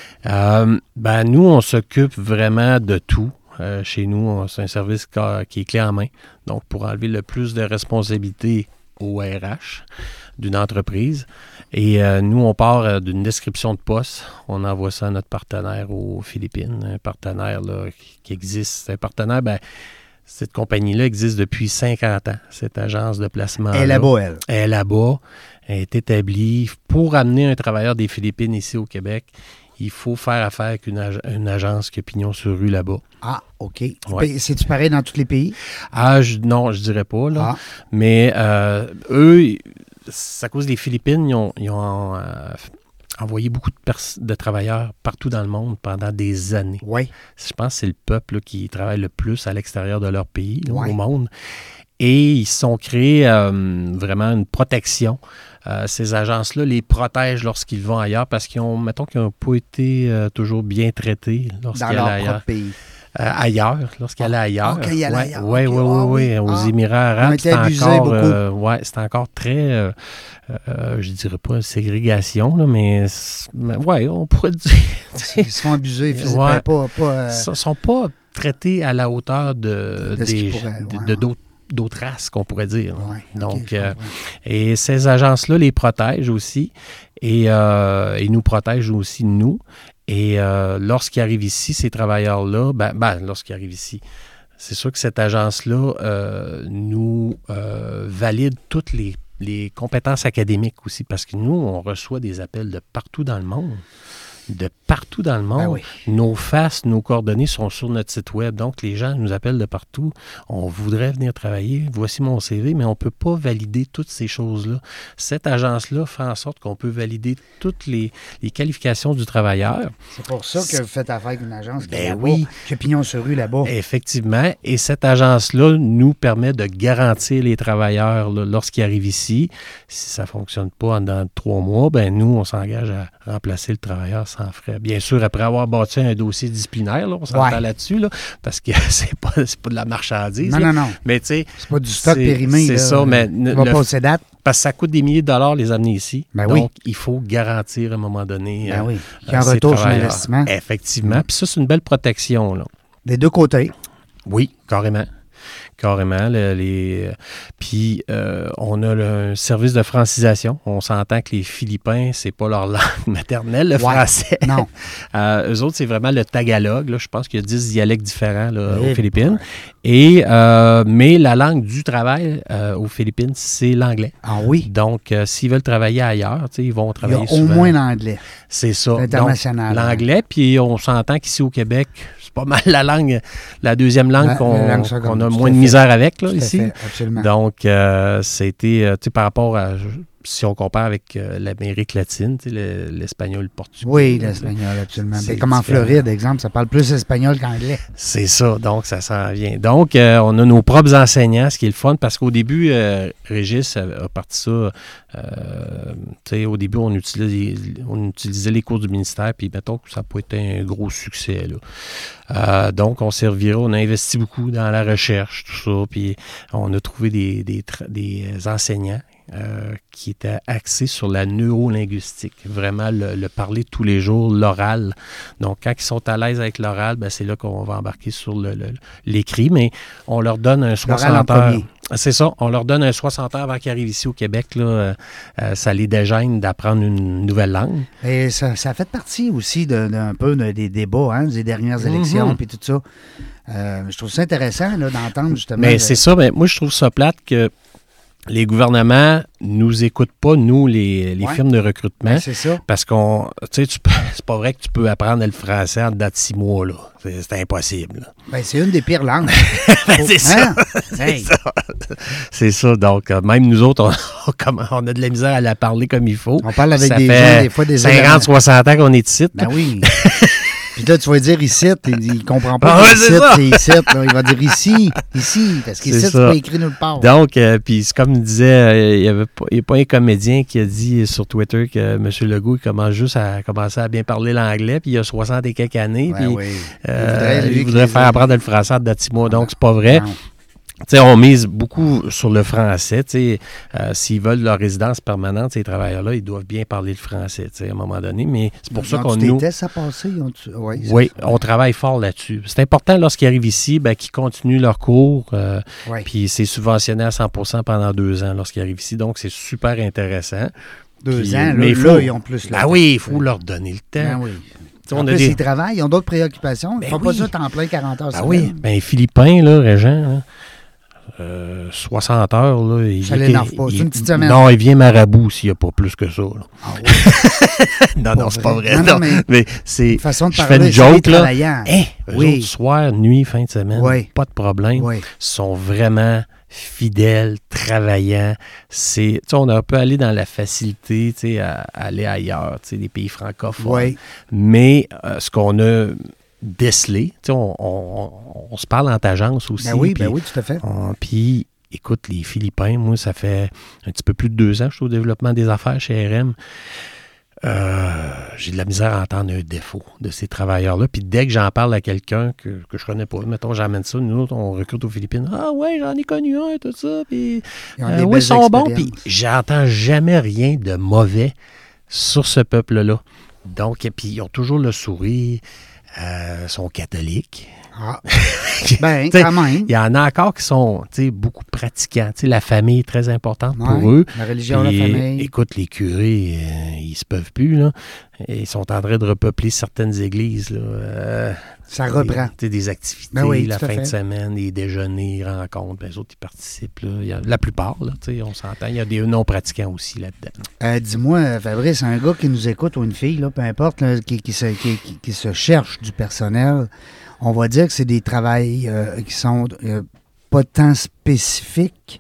B: Euh, ben, nous, on s'occupe vraiment de tout. Euh, chez nous, on- c'est un service ca- qui est clé en main. Donc, pour enlever le plus de responsabilités au RH d'une entreprise. Et euh, nous, on part euh, d'une description de poste. On envoie ça à notre partenaire aux Philippines, un partenaire là, qui- qui existe. Un partenaire, ben, cette compagnie-là existe depuis 50 ans, cette agence de placement.
A: Elle est là-bas, elle.
B: Elle est là-bas, elle est établie. Pour amener un travailleur des Philippines ici au Québec, il faut faire affaire avec une, ag- une agence qui a pignon sur rue là-bas.
A: Ah, OK.
B: Ouais.
A: Ben, C'est-tu pareil dans tous les pays?
B: Ah, je- non, je dirais pas. Là.
A: Ah.
B: Mais euh, eux, ils- c'est à cause des Philippines, ils ont, ils ont, euh, envoyé beaucoup de, pers- de travailleurs partout dans le monde pendant des années.
A: Oui.
B: Je pense que c'est le peuple là, qui travaille le plus à l'extérieur de leur pays, là,
A: Ouais.
B: au monde. Et ils se sont créés euh, vraiment une protection. Euh, ces agences-là les protègent lorsqu'ils vont ailleurs parce qu'ils ont, mettons, qu'ils n'ont pas été euh, toujours bien traités
A: Dans
B: lorsqu'ils allaient
A: leur
B: ailleurs.
A: propre pays.
B: Euh, ailleurs, lorsqu'il allait ailleurs.
A: Ah, quand il allait ailleurs,
B: Oui,
A: ok.
B: oui,
A: Ah,
B: oui,
A: oui.
B: Aux
A: Ah.
B: Émirats
A: On
B: arabes,
A: était
B: c'était
A: abusés
B: encore,
A: beaucoup.
B: euh, ouais, c'était encore très, euh, euh, je dirais pas ségrégation, là, mais, c'est- mais ouais, on pourrait dire. tu sais,
A: Ils se font abuser physiquement,
B: Ouais.
A: pas, pas, euh,
B: Ils ne sont pas traités à la hauteur de
A: De ce
B: des-
A: qu'ils pourraient,
B: de-
A: ouais,
B: de
A: ouais.
B: d'autres d'autres races qu'on pourrait dire.
A: ouais, ok,
B: Donc,
A: je
B: euh,
A: comprends.
B: Et ces agences-là les protègent aussi et euh, ils nous protègent aussi nous. Et euh, lorsqu'ils arrivent ici, ces travailleurs-là, ben, ben, lorsqu'ils arrivent ici, c'est sûr que cette agence-là euh, nous euh, valide toutes les, les compétences académiques aussi, parce que nous, on reçoit des appels de partout dans le monde. De partout dans le monde.
A: Ben oui.
B: Nos faces, nos coordonnées sont sur notre site web. Donc, les gens nous appellent de partout. On voudrait venir travailler. Voici mon CV, mais on ne peut pas valider toutes ces choses-là. Cette agence-là fait en sorte qu'on peut valider toutes les, les qualifications du travailleur.
A: C'est pour ça que vous faites affaire avec une agence qui
B: Ben
A: est là-bas,
B: oui.
A: qui a pignon sur rue là-bas.
B: Effectivement. Et cette agence-là nous permet de garantir les travailleurs là, lorsqu'ils arrivent ici. Si ça ne fonctionne pas dans trois mois, ben nous, on s'engage à remplacer le travailleur sans frais. Bien sûr, après avoir bâti un dossier disciplinaire, là, on s'entend
A: Ouais.
B: là-dessus, là, parce que c'est pas, c'est pas de la marchandise.
A: Non,
B: là.
A: non, non.
B: Mais tu sais,
A: C'est pas du stock
B: c'est-
A: périmé.
B: c'est
A: là.
B: ça, mais
A: Il
B: ne-
A: va
B: le- Euh,
A: pas aux dates.
B: parce que ça coûte des milliers de dollars les amener ici.
A: Ben
B: Donc,
A: oui.
B: il faut garantir à un moment donné.
A: Ben
B: euh,
A: oui. Il y
B: euh,
A: a un
B: ces
A: retour sur Mm.
B: travailleurs.
A: l'investissement.
B: Effectivement. Puis ça, c'est une belle protection. Là.
A: Des deux côtés.
B: Oui, carrément. Carrément. le- les... Puis, euh, on a le un service de francisation. On s'entend que les Philippins, c'est pas leur langue maternelle, le
A: Ouais.
B: français.
A: Non.
B: Euh, eux autres, c'est vraiment le tagalog. là. Je pense qu'il y a 10 dialectes différents là,
A: Eh,
B: aux Philippines. Et, euh, mais la langue du travail euh, aux Philippines, c'est l'anglais.
A: Ah oui.
B: Donc, euh, s'ils veulent travailler ailleurs, tu sais, ils vont
A: Il y a
B: travailler
A: au
B: souvent.
A: moins l'anglais.
B: C'est ça.
A: C'est international,
B: Donc, L'anglais, puis on s'entend qu'ici au Québec, c'est pas mal la langue, la deuxième langue
A: La- la
B: qu'on
A: langue seconde,
B: qu'on
A: tout à
B: a moins de
A: fait.
B: misère avec, là,
A: Tout à
B: ici.
A: fait, absolument.
B: Donc, euh, c'était, euh, tu sais, par rapport à, si on compare avec euh, l'Amérique latine, tu sais, le- l'espagnol, le portugais.
A: oui, l'espagnol, absolument.
B: C'est
A: Mais comme en
B: différent.
A: Floride, exemple, ça parle plus espagnol qu'anglais.
B: C'est ça, donc ça s'en vient. Donc, euh, on a nos propres enseignants, ce qui est le fun, parce qu'au début, euh, Régis a, a parti ça. euh, tu sais, au début, on utilisait, on utilisait les cours du ministère, puis mettons que ça n'a pas été un gros succès. là. Euh, donc, on servira, on a investi beaucoup dans la recherche, tout ça, puis on a trouvé des, des tra- des enseignants. euh, qui étaient axés sur la neurolinguistique, vraiment le, le parler tous les jours, l'oral, donc, quand ils sont à l'aise avec l'oral, ben, c'est là qu'on va embarquer sur le- le- l'écrit, mais on leur donne un
A: L'oral en
B: 60 heures.
A: premier.
B: C'est ça, on leur donne un 60 heures avant qu'ils arrivent ici au Québec. Là, Euh, euh, ça les dégêne d'apprendre une nouvelle langue.
A: Et ça, ça fait partie aussi d'un d'un peu de- des débats, hein, des dernières
B: Mhm.
A: élections, puis tout ça. Euh, je trouve ça intéressant là, d'entendre justement.
B: Mais
A: le-
B: c'est ça, mais moi je trouve ça plate que les gouvernements nous écoutent pas, nous, les, les
A: Ouais.
B: firmes de recrutement.
A: c'est ça.
B: Parce qu'on, tu sais, tu peux- c'est pas vrai que tu peux apprendre le français en dedans de six mois, là. C'est c'est impossible. là.
A: Ben, c'est une des pires langues.
B: Ben,
A: Hein?
B: c'est ça.
A: Hey.
B: C'est ça. Donc, euh, même nous autres, on, on commence- on a de la misère à la parler comme il faut.
A: On parle avec
B: Ça
A: des
B: fait
A: gens, des fois, des
B: 50,
A: éléments.
B: 60 ans qu'on est ici.
A: Ben oui. Puis là, tu vas dire ici, il, il comprend pas.
B: Ah ouais,
A: que
B: c'est
A: ici,
B: ça.
A: c'est ici. là. Il va dire ici, ici, parce qu'ici,
B: C'est
A: c'est
B: ça.
A: pas écrit nulle part.
B: Donc, euh, puis c'est comme disait, euh, il n'y avait pas, il y a pas un comédien qui a dit sur Twitter que M. Legault il commence juste à commencer à bien parler l'anglais, puis il y a 60 et quelques années,
A: Ben
B: puis
A: oui.
B: euh,
A: Il voudrait, lui,
B: il voudrait
A: que les-
B: faire apprendre le français en dedans de six mois. Donc, c'est pas vrai.
A: Non.
B: T'sais, on mise beaucoup sur le français. T'sais. Euh, S'ils veulent leur résidence permanente, ces travailleurs-là, ils doivent bien parler le français t'sais, à un moment donné. Mais c'est pour ça qu'on nous.
A: tests à passer. ils ont- ouais, c'est
B: Oui,
A: ça.
B: on travaille fort là-dessus. C'est important lorsqu'ils arrivent ici, ben, qu'ils continuent leur cours. euh,
A: Ouais.
B: Puis c'est subventionné à 100 pendant deux ans lorsqu'ils arrivent ici. Donc c'est super intéressant.
A: Deux
B: Puis,
A: ans, là,
B: mais
A: là,
B: faut-
A: ils ont plus le
B: Ah
A: temps.
B: oui, il faut leur donner le temps.
A: Ben oui.
B: Tu sais, on
A: en
B: a
A: plus,
B: des-
A: ils travaillent, ils ont d'autres préoccupations. Ils
B: Ben
A: font pas
B: oui.
A: ça en plein 40 heures
B: Ah
A: semaine.
B: oui, ben les Philippins, là, Régent, là, euh, 60 heures, là, il
A: Ça
B: il-
A: l'énerve pas.
B: il-
A: C'est une petite semaine.
B: Non, il vient marabout s'il n'y a pas plus que ça. là.
A: Ah ouais.
B: non,
A: Pas
B: non, c'est pas
A: vrai.
B: vrai.
A: Non, non,
B: non.
A: mais-
B: mais c'est.
A: Une façon de
B: Je
A: parler,
B: fais une
A: c'est les
B: joke, là.
A: travaillants.
B: Hein, eux
A: Oui.
B: autres, soir, nuit, fin de semaine,
A: Oui.
B: pas de problème.
A: Oui.
B: sont vraiment fidèles, travaillants. C'est, tu sais, on a un peu allé dans la facilité, tu sais, à, à aller ailleurs, tu sais, des pays francophones.
A: Oui.
B: Mais euh, ce qu'on a décelé, tu sais, on, on- on- on se parle en tagence aussi.
A: Ben oui,
B: puis
A: ben oui, tout à fait.
B: on- Ah, Puis, écoute, les Philippins, moi, ça fait un petit peu plus de deux ans que je suis au développement des affaires chez RM. Euh, j'ai de la misère à entendre un défaut de ces travailleurs-là. Puis dès que j'en parle à quelqu'un que, que je connais pas, mettons, j'amène ça, nous autres, on recrute aux Philippines. Ah ouais, j'en ai connu un, tout ça. Puis,
A: Ils ont
B: euh,
A: des
B: oui,
A: belles
B: ils sont bons.
A: expériences.
B: Puis j'entends jamais rien de mauvais sur ce peuple-là. Donc, et puis ils ont toujours le sourire, euh, sont catholiques.
A: Ah. ben,
B: T'sais,
A: quand même.
B: Il y en a encore qui sont tu sais, beaucoup pratiquants. Tu sais, la famille est très importante pour
A: Ouais,
B: eux.
A: La religion, la
B: Puis,
A: famille.
B: Écoute, les curés, euh, ils se peuvent plus. Là. Ils sont en train de repeupler certaines églises. Là. Euh,
A: Ça reprend.
B: Des, tu sais, des activités,
A: Ben oui,
B: la
A: tout à
B: fin
A: fait.
B: de semaine, les déjeuners, rencontres. Ben, les autres, ils participent. là. Il y a- la plupart, là, tu sais, on s'entend. Il y a des non-pratiquants aussi là-dedans.
A: Euh, Dis-moi, Fabrice, un gars qui nous écoute ou une fille, là, peu importe, là, qui, qui se, qui, qui- qui se cherche du personnel, on va dire que c'est des travails euh, qui sont euh, pas tant spécifiques.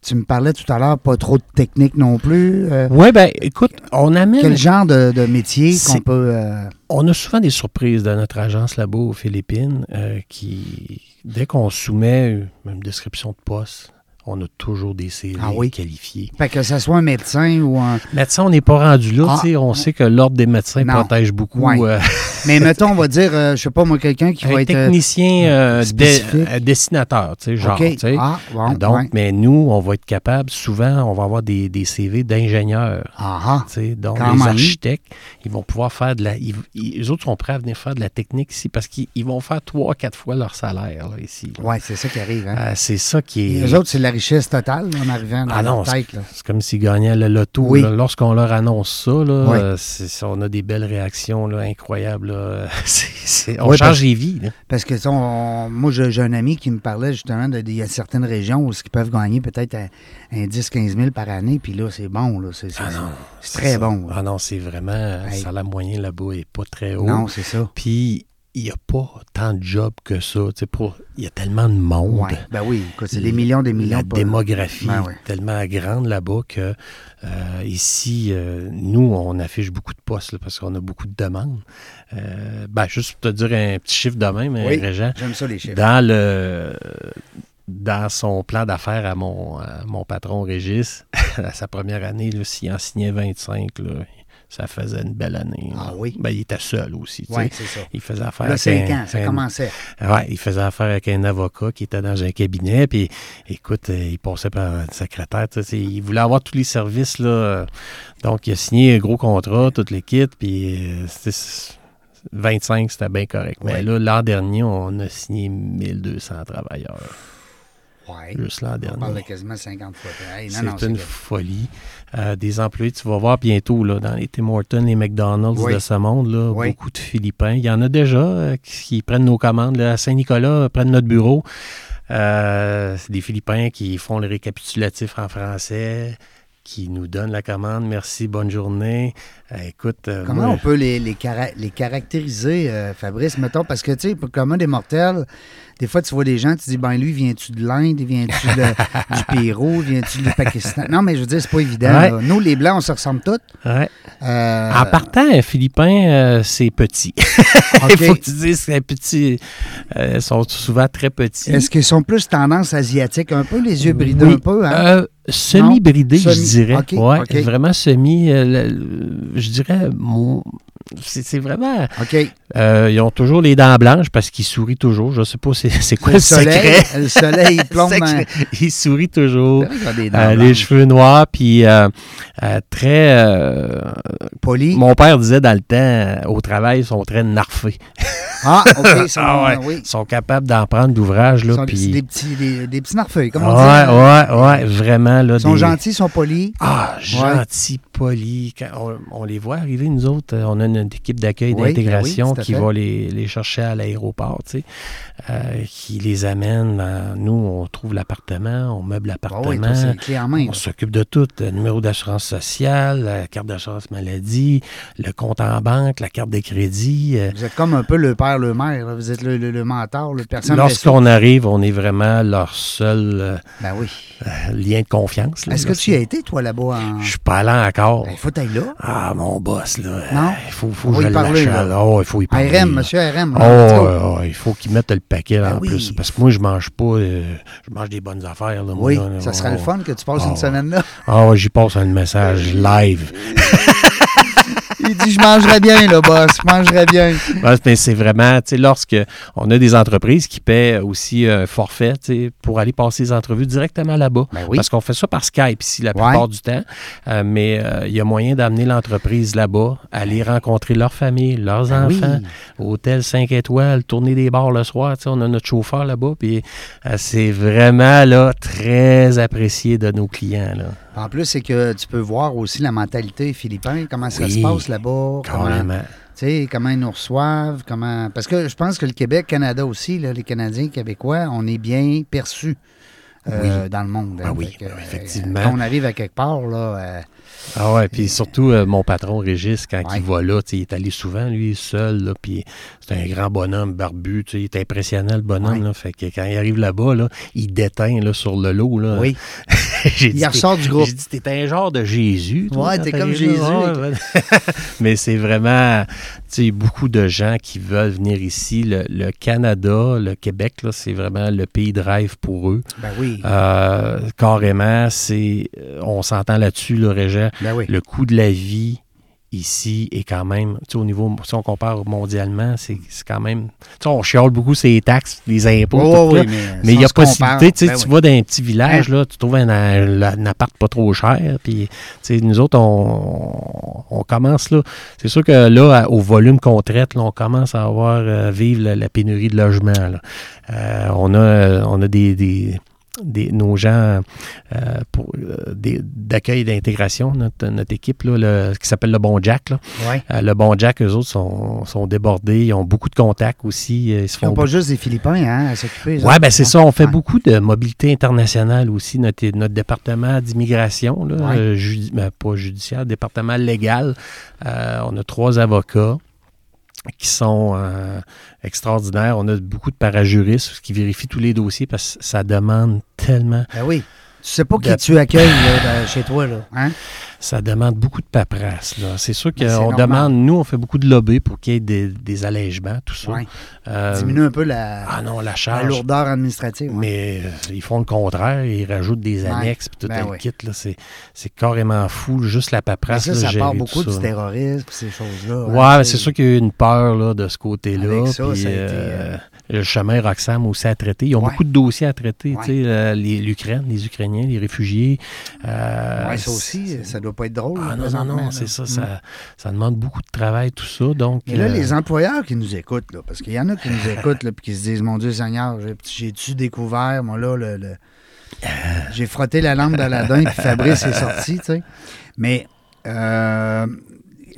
A: Tu me parlais tout à l'heure, pas trop de technique non plus. Euh,
B: Oui, ben écoute, on amène...
A: quel genre de, de métier
B: C'est-
A: qu'on peut. euh,
B: On a souvent des surprises de notre agence là-bas aux Philippines euh, qui, dès qu'on soumet une description de poste, on a toujours des CV
A: Ah oui?
B: qualifiés.
A: fait que ce soit un médecin ou un.
B: Médecin, on n'est pas rendu là.
A: Ah.
B: tu sais, on sait que l'ordre des médecins
A: Non.
B: protège beaucoup.
A: Ouais.
B: euh,
A: Mais mettons, on va dire, euh, je sais pas moi, quelqu'un qui va
B: un
A: être. euh,
B: technicien euh, dé-
A: spécifique.
B: euh, dessinateur, tu sais, genre.
A: OK.
B: tu sais.
A: Ah, bon,
B: Donc,
A: ouais.
B: mais nous, on va être capable, souvent, on va avoir des, des CV d'ingénieurs.
A: Ah, ah.
B: Tu sais, donc,
A: Quand
B: les
A: même.
B: architectes, ils vont pouvoir faire de la. Ils, ils- eux autres sont prêts à venir faire de la technique ici parce qu'ils ils vont faire trois, quatre fois leur salaire là, ici.
A: Ouais, c'est ça qui arrive. Hein.
B: Euh, c'est ça qui
A: Et
B: est.
A: eux autres, c'est la richesse totale là, en arrivant dans
B: Ah non,
A: leur tête. là.
B: c'est comme s'ils gagnaient le loto.
A: Oui.
B: là. Lorsqu'on leur annonce ça, là,
A: Oui.
B: euh, c'est- c'est- on a des belles réactions là, incroyables. là. C'est- c'est- on
A: Oui, parce-
B: change les vies. là.
A: Parce que tu sais, on- moi, j'ai j'ai un ami qui me parlait justement de, de- il y a certaines régions où ils peuvent gagner peut-être un, un 10-15 000 par année. Puis là, c'est bon. là, C'est c'est- c'est très
B: ça.
A: bon. là.
B: Ah non, Ah c'est vraiment. euh,
A: Hey.
B: Le salaire moyen là-bas n'est pas très haut.
A: non, c'est ça.
B: Puis, il n'y a pas tant de jobs que ça. Tu sais, pour- Il y a tellement de monde.
A: Ouais. Ben oui, écoute, c'est des
B: La-
A: millions, des millions.
B: La
A: pas-
B: démographie
A: Ben ouais.
B: est tellement grande là-bas que euh, ici, euh, nous, on affiche beaucoup de postes là, parce qu'on a beaucoup de demandes. Euh, ben, juste pour te dire un petit chiffre de même, hein,
A: Oui.
B: Régent,
A: J'aime ça, les chiffres.
B: dans le dans son plan d'affaires à mon, à mon patron Régis, à sa première année, là, s'il en signait 25, là, ça faisait une belle année. là.
A: Ah oui?
B: Ben, il était seul aussi. tu
A: Oui,
B: sais.
A: c'est ça.
B: Il faisait affaire
A: Là,
B: avec
A: 5
B: un-
A: ans, ça
B: un-
A: commençait.
B: Ouais, il faisait affaire avec un avocat qui était dans un cabinet, puis écoute, euh, il passait par un secrétaire. tu sais, c'est- Il voulait avoir tous les services, là. euh, Donc, il a signé un gros contrat, toutes les kits, puis euh, c'était s- 25, c'était bien correct. Mais
A: Ouais.
B: là, l'an dernier, on a signé 1200 travailleurs,
A: Ouais.
B: juste l'an
A: On parle de
B: dernier.
A: quasiment 50 fois. Hey, non,
B: C'est
A: non,
B: une
A: c'est-
B: folie. Euh, des employés, tu vas voir bientôt, là, dans les Tim Hortons, les McDonald's
A: Oui.
B: de ce monde, là,
A: Oui.
B: beaucoup de Philippins. Il y en a déjà euh, qui qui prennent nos commandes. là, à Saint-Nicolas, euh, prennent notre bureau. Euh, c'est des Philippins qui font le récapitulatif en français, qui nous donnent la commande. Merci, bonne journée. Euh, écoute, euh,
A: Comment
B: moi,
A: on peut les, les, cara- les caractériser, euh, Fabrice, mettons, parce que, tu sais, pour commun des mortels, des fois, tu vois des gens, tu dis, ben lui, viens-tu de l'Inde, viens-tu de- du Pérou, viens-tu du Pakistan? Non, mais je veux dire, c'est pas évident.
B: Ouais. Ah,
A: là. Nous, les Blancs, on se ressemble tous.
B: ouais.
A: Euh,
B: En partant, un Philippin, euh, c'est petit.
A: ok.
B: Il faut que tu dises que c'est petit. Euh, Ils sont souvent très petits.
A: Est-ce qu'ils sont plus tendance asiatique, un peu les yeux bridés,
B: Oui.
A: un peu? Hein?
B: Euh, semi-bridé,
A: Non?
B: je
A: Semi-
B: dirais.
A: ok,
B: Ouais,
A: ok.
B: Vraiment semi. euh, le- le- je dirais, mon- c'est c'est vraiment.
A: OK.
B: Euh, ils ont toujours les dents blanches parce qu'ils sourient toujours. Je sais pas c'est c'est quoi
A: Le
B: le
A: soleil,
B: secret.
A: le soleil plombe dans...
B: Secret. Ils sourient toujours.
A: C'est vrai qu'il y a des dents
B: Euh, les
A: blanches.
B: cheveux noirs, puis euh, euh, très. euh,
A: Poli.
B: mon père disait dans le temps, euh, au travail, ils sont très narfés.
A: Ah, OK, c'est
B: Ah ouais.
A: oui.
B: Ils sont capables d'en prendre d'ouvrage.
A: Ils
B: là,
A: sont
B: puis- Ah,
A: des petits, des, des petits narfeuilles, comme
B: Ouais,
A: on dit. hein.
B: ouais, ouais, vraiment. Là,
A: Ils sont
B: des-
A: gentils, ils sont polis.
B: Ah,
A: Ouais.
B: gentils, polis. Quand on, on les voit arriver, nous autres. euh, On a une équipe d'accueil
A: Oui, ben oui,
B: d'intégration
A: tout à
B: qui
A: fait.
B: va les, les chercher à l'aéroport, tu sais, euh, qui les amène. dans- nous, on trouve l'appartement, on meuble
A: Ah oui, toi,
B: l'appartement.
A: c'est clé en main.
B: on s'occupe de tout. Le numéro d'assurance sociale, la carte d'assurance maladie, le compte en banque, la carte de crédit. euh,
A: Vous êtes comme un peu le père, le maire. là. Vous êtes le, le, le mentor, le personne.
B: Lorsqu'on arrive, on est vraiment leur seul euh,
A: Ben oui.
B: euh, lien de confiance. là.
A: Est-ce que tu y as été, toi, là-bas? En...
B: Je suis pas allant encore.
A: Ben, Il faut aller là.
B: Ah, mon boss, là.
A: Non?
B: Il Eh, faut, faut
A: Faut
B: que
A: y
B: je
A: parler,
B: lâche.
A: là.
B: Oh, il faut y parler.
A: RM,
B: là.
A: monsieur RM.
B: Oh,
A: let's go.
B: ouais, ouais, il faut qu'ils mettent le paquet là,
A: Ben
B: en
A: oui.
B: plus. Parce que moi, je mange pas. euh, je mange des bonnes affaires. Là, moi,
A: Oui,
B: là,
A: ça
B: on-
A: serait le fun Euh, que tu passes
B: Ah,
A: une
B: ouais.
A: semaine là.
B: Ah, ouais, j'y passe un message live.
A: Il dit, je mangerais bien, là, boss, je mangerais bien.
B: Ouais, mais c'est vraiment, tu sais, lorsque on a des entreprises qui paient aussi un forfait, tu sais, pour aller passer les entrevues directement là-bas.
A: Ben oui.
B: Parce qu'on fait ça par Skype ici la plupart du temps. Euh, mais euh, il y a moyen d'amener l'entreprise là-bas, aller rencontrer leur famille, leurs
A: Ben oui.
B: enfants, hôtel 5 étoiles, tourner des bars le soir. Tu sais, on a notre chauffeur là-bas. Puis euh, c'est vraiment, là, très apprécié de nos clients, là.
A: En plus, c'est que tu peux voir aussi la mentalité philippine, comment ça
B: Oui,
A: se passe là-bas, comment,
B: Carrément.
A: tu sais, comment ils nous reçoivent, comment. Parce que je pense que le Québec, Canada aussi, là, les Canadiens, Québécois, on est bien perçus. euh, dans le monde.
B: Ben oui,
A: Fait que,
B: ben oui,
A: euh,
B: effectivement.
A: Quand on arrive à quelque part, là, euh,
B: Ah ouais, puis surtout euh, mon patron Régis, quand
A: Ouais.
B: il va là, tu sais, il est allé souvent, lui, seul, là, puis c'est un grand bonhomme, barbu, tu sais, il est impressionnant, le bonhomme,
A: Ouais.
B: là, fait que quand il arrive là-bas, là, il déteint, là, sur le lot, là.
A: oui,
B: J'ai dit,
A: il ressort du groupe.
B: Euh, J'ai dit, t'es un genre de Jésus. toi,
A: Ouais,
B: quand
A: t'es comme
B: t'arrives là.
A: Jésus.
B: Ouais, ouais. Mais c'est vraiment, tu sais, beaucoup de gens qui veulent venir ici. Le, le Canada, le Québec, là, c'est vraiment le pays de rêve pour eux.
A: Ben oui,
B: Euh, carrément, c'est, euh, on s'entend là-dessus, le Régis
A: ben oui.
B: le coût de la vie ici est quand même, tu sais, au niveau, si on compare mondialement, c'est c'est quand même, tu sais, on chiale beaucoup ces taxes, les impôts,
A: Oh,
B: tout
A: oui,
B: ça. mais il y
A: sans
B: a
A: se
B: possibilité, tu
A: comparer, ben
B: sais, tu
A: oui. Hein?
B: vas dans un petit village, là, tu trouves un, un- un appart pas trop cher, puis, tu sais, nous autres, on, on commence là, c'est sûr que là, à- au volume qu'on traite, là, on commence à avoir, euh, vivre la, la pénurie de logement, là. Euh, on a, euh, on a des- des, des- nos gens euh, pour, euh, des- d'accueil et d'intégration, notre, notre équipe là, le- qui s'appelle le Bon Jack. là.
A: Ouais.
B: Euh, le Bon Jack, eux autres, sont, sont débordés, ils ont beaucoup de contacts aussi. euh, Ils se
A: Ils
B: font
A: n'ont pas juste des Philippins hein, à s'occuper.
B: Ouais, ben c'est ça. On fait
A: Ouais.
B: beaucoup de mobilité internationale aussi. Notre, notre département d'immigration, là,
A: Ouais.
B: euh, judi- ben, pas judiciaire, département légal. Euh, on a trois avocats qui sont euh, extraordinaires. On a beaucoup de parajuristes qui vérifient tous les dossiers parce que ça demande tellement,
A: Ben oui. Tu sais pas qui
B: De-
A: tu accueilles là, dans- chez toi, là. Hein?
B: ça demande beaucoup de paperasse. là. C'est sûr
A: Mais Ben, c'est
B: qu'on
A: normal.
B: demande, nous, on fait beaucoup de lobby pour qu'il y ait des, des allègements, tout ça.
A: Ouais.
B: Euh,
A: Diminue un peu la,
B: ah non, la
A: la
B: charge.
A: lourdeur administrative. ouais.
B: Mais euh, ils font le contraire, ils rajoutent des
A: Ouais.
B: annexes puis tout
A: Ben
B: un
A: oui.
B: kit. là, C'est c'est carrément fou, juste la
A: Mais
B: paperasse.
A: ça,
B: là,
A: ça
B: gérer
A: part
B: tout
A: beaucoup
B: ça,
A: du
B: là.
A: terrorisme, ces choses-là.
B: Ouais,
A: hein,
B: ben,
A: tu
B: c'est
A: sais.
B: sûr qu'il y a eu une peur là, de ce côté-là.
A: Avec ça,
B: puis,
A: ça a été,
B: euh,
A: euh,
B: Le chemin Roxham aussi à traiter. Ils ont
A: Ouais.
B: beaucoup de dossiers à traiter.
A: Ouais.
B: tu sais, euh, les- L'Ukraine, les Ukrainiens, les réfugiés. euh,
A: Ouais, ça aussi, ça doit pas être drôle. là,
B: Ah non, non,
A: présentement,
B: non,
A: là.
B: c'est ça,
A: Mm.
B: ça. Ça demande beaucoup de travail, tout ça. Donc,
A: Et là,
B: euh,
A: les employeurs qui nous écoutent, là, parce qu'il y en a qui nous écoutent là, puis qui se disent Mon Dieu Seigneur, j'ai- j'ai-tu découvert, moi, là, le. le-
B: Euh.
A: J'ai frotté la lampe d'Aladin, puis Fabrice est sorti, tu sais. Mais euh,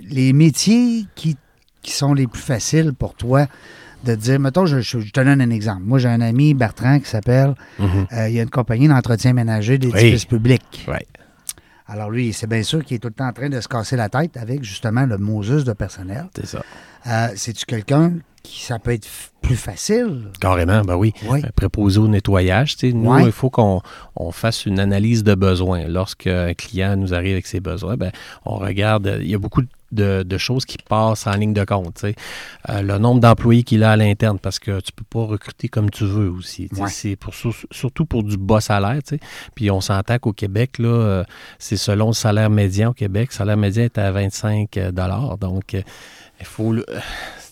A: les métiers qui, qui sont les plus faciles pour toi, de dire, mettons, je, je- je te donne un exemple. Moi, j'ai un ami, Bertrand, qui s'appelle,
B: mhm.
A: euh, il y a une compagnie d'entretien ménager d'édifices publics.
B: Ouais.
A: Alors lui, c'est bien sûr qu'il est tout le temps en train de se casser la tête avec justement le Moses de personnel.
B: C'est ça.
A: Euh, C'est-tu quelqu'un qui- ça peut être f- plus facile.
B: Carrément, ben oui.
A: Oui.
B: Euh, Préposé au nettoyage. tu sais, Nous,
A: Ouais.
B: il faut qu'on on fasse une analyse de besoins. Lorsqu'un client nous arrive avec ses besoins, ben, on regarde. euh, Il y a beaucoup de, de choses qui passent en ligne de compte. tu sais. Euh, le nombre d'employés qu'il a à l'interne, parce que tu peux pas recruter comme tu veux aussi. tu sais.
A: Ouais.
B: C'est pour, sur- surtout pour du bas salaire. tu sais. Puis on s'entend qu'au Québec, là, euh, c'est selon le salaire médian au Québec. Le salaire médian est à 25 Donc, euh, il faut. le- euh,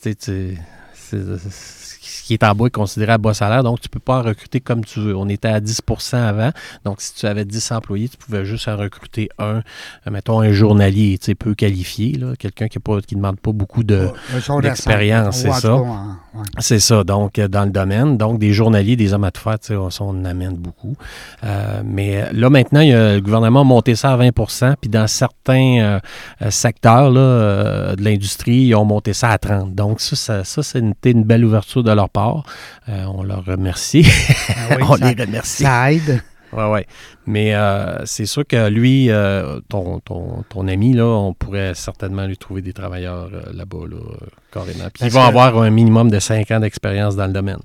B: tu sais, tu- c'est- c'est- ce qui est en bas est considéré à bas salaire, donc tu peux pas en recruter comme tu veux. On était à 10 avant, donc si tu avais 10 employés, tu pouvais juste en recruter un, euh, mettons un journalier, tu sais, peu qualifié, là, quelqu'un qui ne demande pas beaucoup de...
A: Un sondage
B: Euh, l'expérience,
A: simple. Ou Euh, en
B: c'est
A: tout
B: ça.
A: cas, en- hein, ouais.
B: C'est ça, donc euh, dans le domaine. Donc des journaliers, des hommes à tout faire, tu sais, on, ça, on en amène beaucoup. Euh, mais là maintenant, il y a- le gouvernement a monté ça à 20 puis dans certains euh, euh, secteurs là, euh, de l'industrie, ils ont monté ça à 30 Donc ça, ça, ça c'est une, une belle ouverture de leur part. Euh, on leur remercie.
A: Ah oui,
B: on
A: ça-
B: les remercie.
A: ça aide.
B: Ouais, ouais. Mais euh, c'est sûr que lui, euh, ton, ton, ton ami, là, on pourrait certainement lui trouver des travailleurs euh, là-bas, là, euh, carrément. Puis
A: Parce
B: il va
A: que-
B: avoir un minimum de 5 ans d'expérience dans le domaine.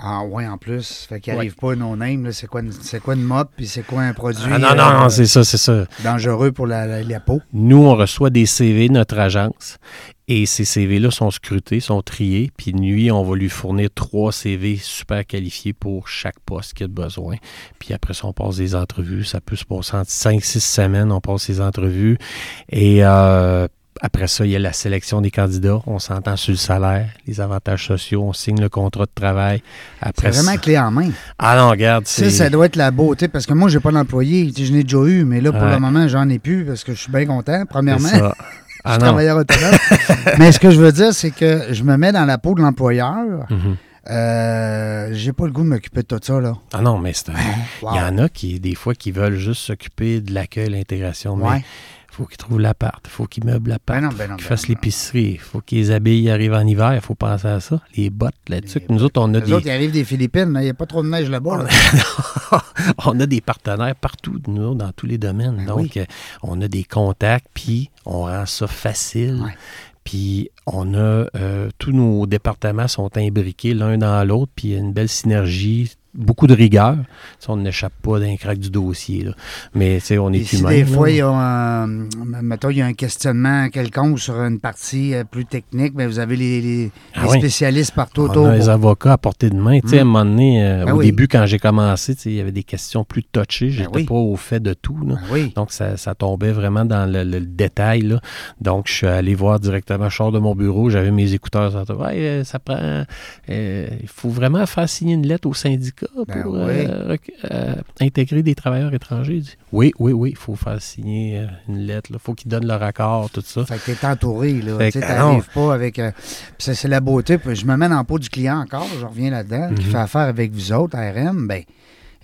A: Ah ouais, en plus. Fait qu'il
B: Ouais.
A: n'arrive pas non name, là, c'est quoi, une- c'est quoi une mop, puis c'est quoi un produit
B: Ah, non, non,
A: euh,
B: non, c'est ça, c'est ça.
A: dangereux pour la, la- la peau.
B: Nous, on reçoit des CV de notre agence et ces CV-là sont scrutés, sont triés. Puis lui, on va lui fournir trois CV super qualifiés pour chaque poste qu'il a de besoin. Puis après ça, on passe des entrevues. Ça peut se passer en 5-6 semaines, on passe ces entrevues. Et euh, après ça, il y a la sélection des candidats. On s'entend sur le salaire, les avantages sociaux, on signe le contrat de travail.
A: C'est
B: Après ça...
A: vraiment clé en main.
B: Ah non, regarde,
A: Tu sais,
B: c'est...
A: ça doit être la beauté, parce que moi, j'ai pas d'employé. Tu sais, Je n'ai déjà eu, mais là, pour
B: Ouais.
A: le moment, j'en ai plus, parce que je suis bien content,
B: c'est
A: premièrement.
B: ça.
A: Je
B: Ah
A: suis
B: non.
A: travailleur autonome. mais ce que je veux dire, c'est que je me mets dans la peau de l'employeur.
B: Mhm.
A: Euh, j'ai pas le goût de m'occuper de tout ça, là.
B: Ah non, mais c'est un...
A: Wow.
B: Il y en a qui, des fois, qui veulent juste s'occuper de l'accueil, l'intégration, mais il
A: Ouais.
B: faut qu'ils trouvent l'appart, il faut qu'ils meublent l'appart,
A: Ben non,
B: il faut
A: ben non,
B: qu'ils
A: ben
B: fassent
A: non, ben
B: l'épicerie, il faut qu'ils les abeilles arrivent en hiver, il faut penser à ça. Les bottes, la tuque. Nous autres, on a,
A: Les
B: des,
A: autres, ils arrivent des Philippines, mais il n'y a pas trop de neige
B: Ah,
A: là-bas. là.
B: on a des partenaires partout, nous autres, dans tous les domaines.
A: Ben
B: Donc,
A: oui.
B: euh, on a des contacts, puis on rend ça facile.
A: Ouais.
B: Puis on a euh, tous nos départements sont imbriqués l'un dans l'autre, puis il y a une belle synergie, beaucoup de rigueur. Tu sais, on n'échappe pas d'un crack du dossier. là. Mais tu sais, on est
A: Et si
B: humain.
A: des
B: là.
A: fois, il y a un, mettons, il y a un questionnement quelconque sur une partie euh, plus technique, mais vous avez les, les-
B: Ah
A: les
B: oui.
A: spécialistes partout
B: On
A: autour.
B: a les avocats à portée de main. Tu sais, à un moment donné, euh,
A: Ben
B: au
A: oui. Ben
B: début, quand j'ai commencé, tu sais, il y avait des questions plus touchées. J'étais
A: oui.
B: pas au fait de tout. là.
A: Ah oui.
B: Donc, ça, ça tombait vraiment dans le, le- le détail. là. Donc, je suis allé voir directement, je sors de mon bureau, j'avais mes écouteurs. Ça, Ouais, euh, ça prend. euh, Il faut vraiment faire signer une lettre au syndicat pour
A: Ben
B: euh, rec- euh, intégrer des travailleurs étrangers. Il dit, oui, oui, oui, il faut faire signer euh, une lettre. Il faut qu'ils donnent leur accord, tout ça.
A: Fait que t'es entouré, là.
B: Fait
A: Tu sais,
B: que,
A: t'arrives pas avec. euh, pis ça, c'est la beauté. Puis je me mets dans le pot du client encore, je reviens là-dedans,
B: Mhm.
A: qui fait affaire avec vous autres, RM, ben,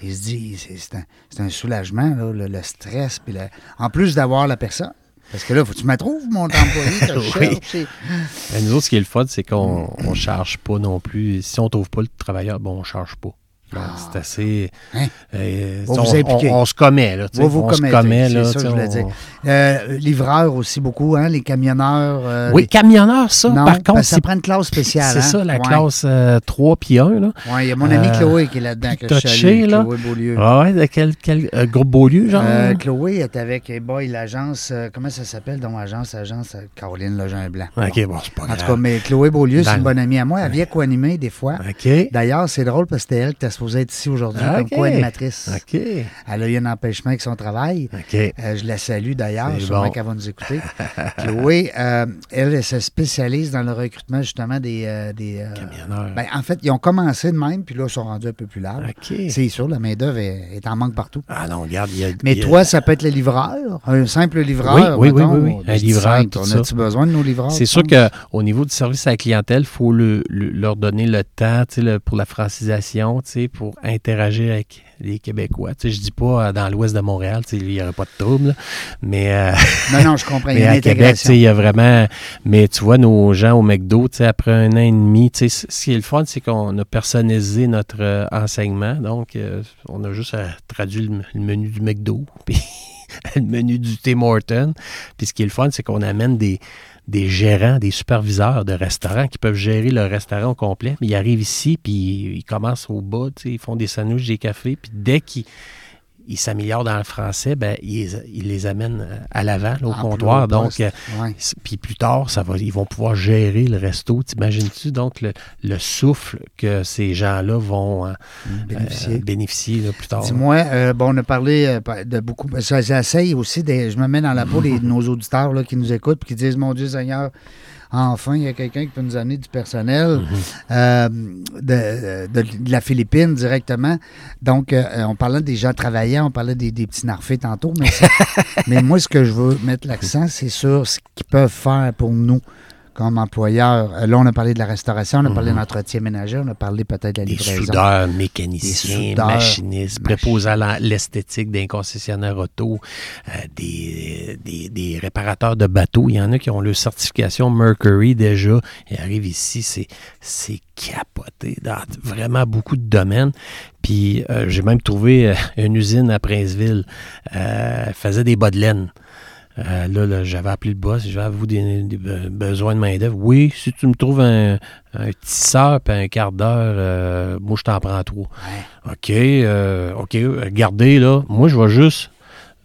A: il se dit, c'est- c'est un, c'est un soulagement, là, le, le stress. Puis la- en plus d'avoir la personne. Parce que là, faut que tu me trouves, mon employé, que je
B: Oui.
A: cherche, et-
B: Ben, nous autres, ce qui est le fun, c'est qu'on on charge pas non plus. Si on trouve pas le travailleur, bon, on charge pas. Donc, C'est assez.
A: Hein?
B: euh,
A: Va
B: on,
A: vous impliquer.
B: on- on se commet, là. tu sais.
A: Va vous
B: on se
A: commettre,
B: commet,
A: c'est
B: là.
A: ça
B: tu
A: que je
B: sais,
A: voulais
B: on-
A: dire. Euh, livreurs aussi beaucoup, hein, les camionneurs. euh,
B: Oui,
A: les-
B: camionneur, ça,
A: Non,
B: par contre,
A: parce que ça
B: c'est
A: prend une classe spéciale.
B: c'est
A: hein.
B: ça, la
A: Ouais.
B: classe euh, 3 puis 1, là.
A: Ouais, il y a mon ami
B: Euh,
A: Chloé qui est là-dedans, que
B: plus
A: je
B: touché,
A: salue,
B: là.
A: Chloé Beaulieu.
B: Ah ouais, de quel, quel euh, groupe Beaulieu, genre?
A: Euh, Chloé est avec eh boy, l'agence, euh, comment ça s'appelle donc l'agence, agence euh, Caroline Lejeun-Blanc.
B: ok, Euh, bon, c'est pas
A: En tout
B: grave.
A: cas, mais Chloé Beaulieu, c'est
B: Dans-
A: une bonne amie à moi. Elle vient co-animer des fois.
B: OK.
A: D'ailleurs, c'est drôle parce que c'était elle qui était supposée être ici aujourd'hui
B: Ah,
A: comme
B: ok.
A: co-animatrice.
B: OK.
A: Elle a eu un empêchement avec son travail.
B: OK.
A: Euh, je la salue d'ailleurs,
B: C'est
A: sûrement
B: bon.
A: qu'elle va nous écouter. Chloé, euh, elle, elle se spécialise dans le recrutement justement des... euh, des euh,
B: Camionneur.
A: ben, en fait, ils ont commencé de même, puis là, ils sont rendus un peu plus larges.
B: OK.
A: C'est sûr, la main-d'œuvre est, est en manque partout.
B: Ah non, regarde, il y a.
A: Mais
B: il y a-
A: toi, ça peut être le livreur, un simple livreur.
B: Oui, oui,
A: mettons,
B: oui, oui, oui. Un
A: je dis
B: livreur,
A: simple,
B: tout
A: On
B: ça.
A: a-tu besoin de nos livreurs?
B: C'est
A: tu
B: sûr
A: penses?
B: qu'au niveau du service à la clientèle, il faut le- le- leur donner le temps tu sais, le- pour la francisation, tu sais, pour interagir avec les Québécois. Tu sais, je dis pas euh, dans l'ouest de Montréal, tu sais, il n'y aurait pas de trouble, là. mais, euh,
A: Non, non, je comprends. Il y
B: mais
A: a une
B: à Québec, tu
A: intégration.
B: sais, il y a vraiment... Mais tu vois, nos gens au McDo, tu sais, après un an et demi, tu sais, c- ce qui est le fun, c'est qu'on a personnalisé notre euh, enseignement. Donc, euh, on a juste euh, traduit le, m- le menu du McDo, puis le menu du Tim Hortons. Puis ce qui est le fun, c'est qu'on amène des des gérants, des superviseurs de restaurants qui peuvent gérer le restaurant au complet. Mais ils arrivent ici, puis ils commencent au bas, tu sais, ils font des sandwichs, des cafés, puis dès qu'ils ils s'améliorent dans le français, ben, ils, ils les amènent euh, à l'avant, là, au
A: En plus haut
B: comptoir. Donc,
A: Ah, poste,
B: euh,
A: ouais.
B: c- puis plus tard, ça va, ils vont pouvoir gérer le resto. T'imagines-tu donc le, le souffle que ces gens-là vont euh,
A: Bénéficier.
B: euh, bénéficier, là, plus tard?
A: Dis-moi, euh, bon, on a parlé euh, par- de beaucoup. Ça, j'essaye aussi, des, je me mets dans la peau des- de nos auditeurs là, qui nous écoutent et qui disent Mon Dieu Seigneur, enfin, il y a quelqu'un qui peut nous amener du personnel euh, de, de- de la Philippine directement. Donc, euh, on parlait des gens travaillants, on parlait des, des petits narfés tantôt, mais, c'est- mais moi, ce que je veux mettre l'accent, c'est sur ce qu'ils peuvent faire pour nous. Comme employeurs. Euh, là, on a parlé de la restauration, on a parlé de l'entretien ménager, on a parlé peut-être de la
B: Des
A: livraison.
B: soudeurs, mécaniciens,
A: Des soudeurs,
B: machinistes,
A: machi-
B: préposés à la- l'esthétique d'un concessionnaire auto, euh, des, des, des réparateurs de bateaux. Il y en a qui ont leur certification Mercury déjà. Ils arrivent ici, c'est, c'est capoté dans vraiment beaucoup de domaines. Puis euh, j'ai même trouvé euh, une usine à Princeville. Euh, elle faisait des bas de laine. Euh, là, là, j'avais appelé le boss, j'avais vous des, des be- besoins de main-d'œuvre. Oui, si tu me trouves un, un tisseur puis un quart d'heure, euh, moi, je t'en prends trois. OK, euh, OK, regardez, là, moi, je vais juste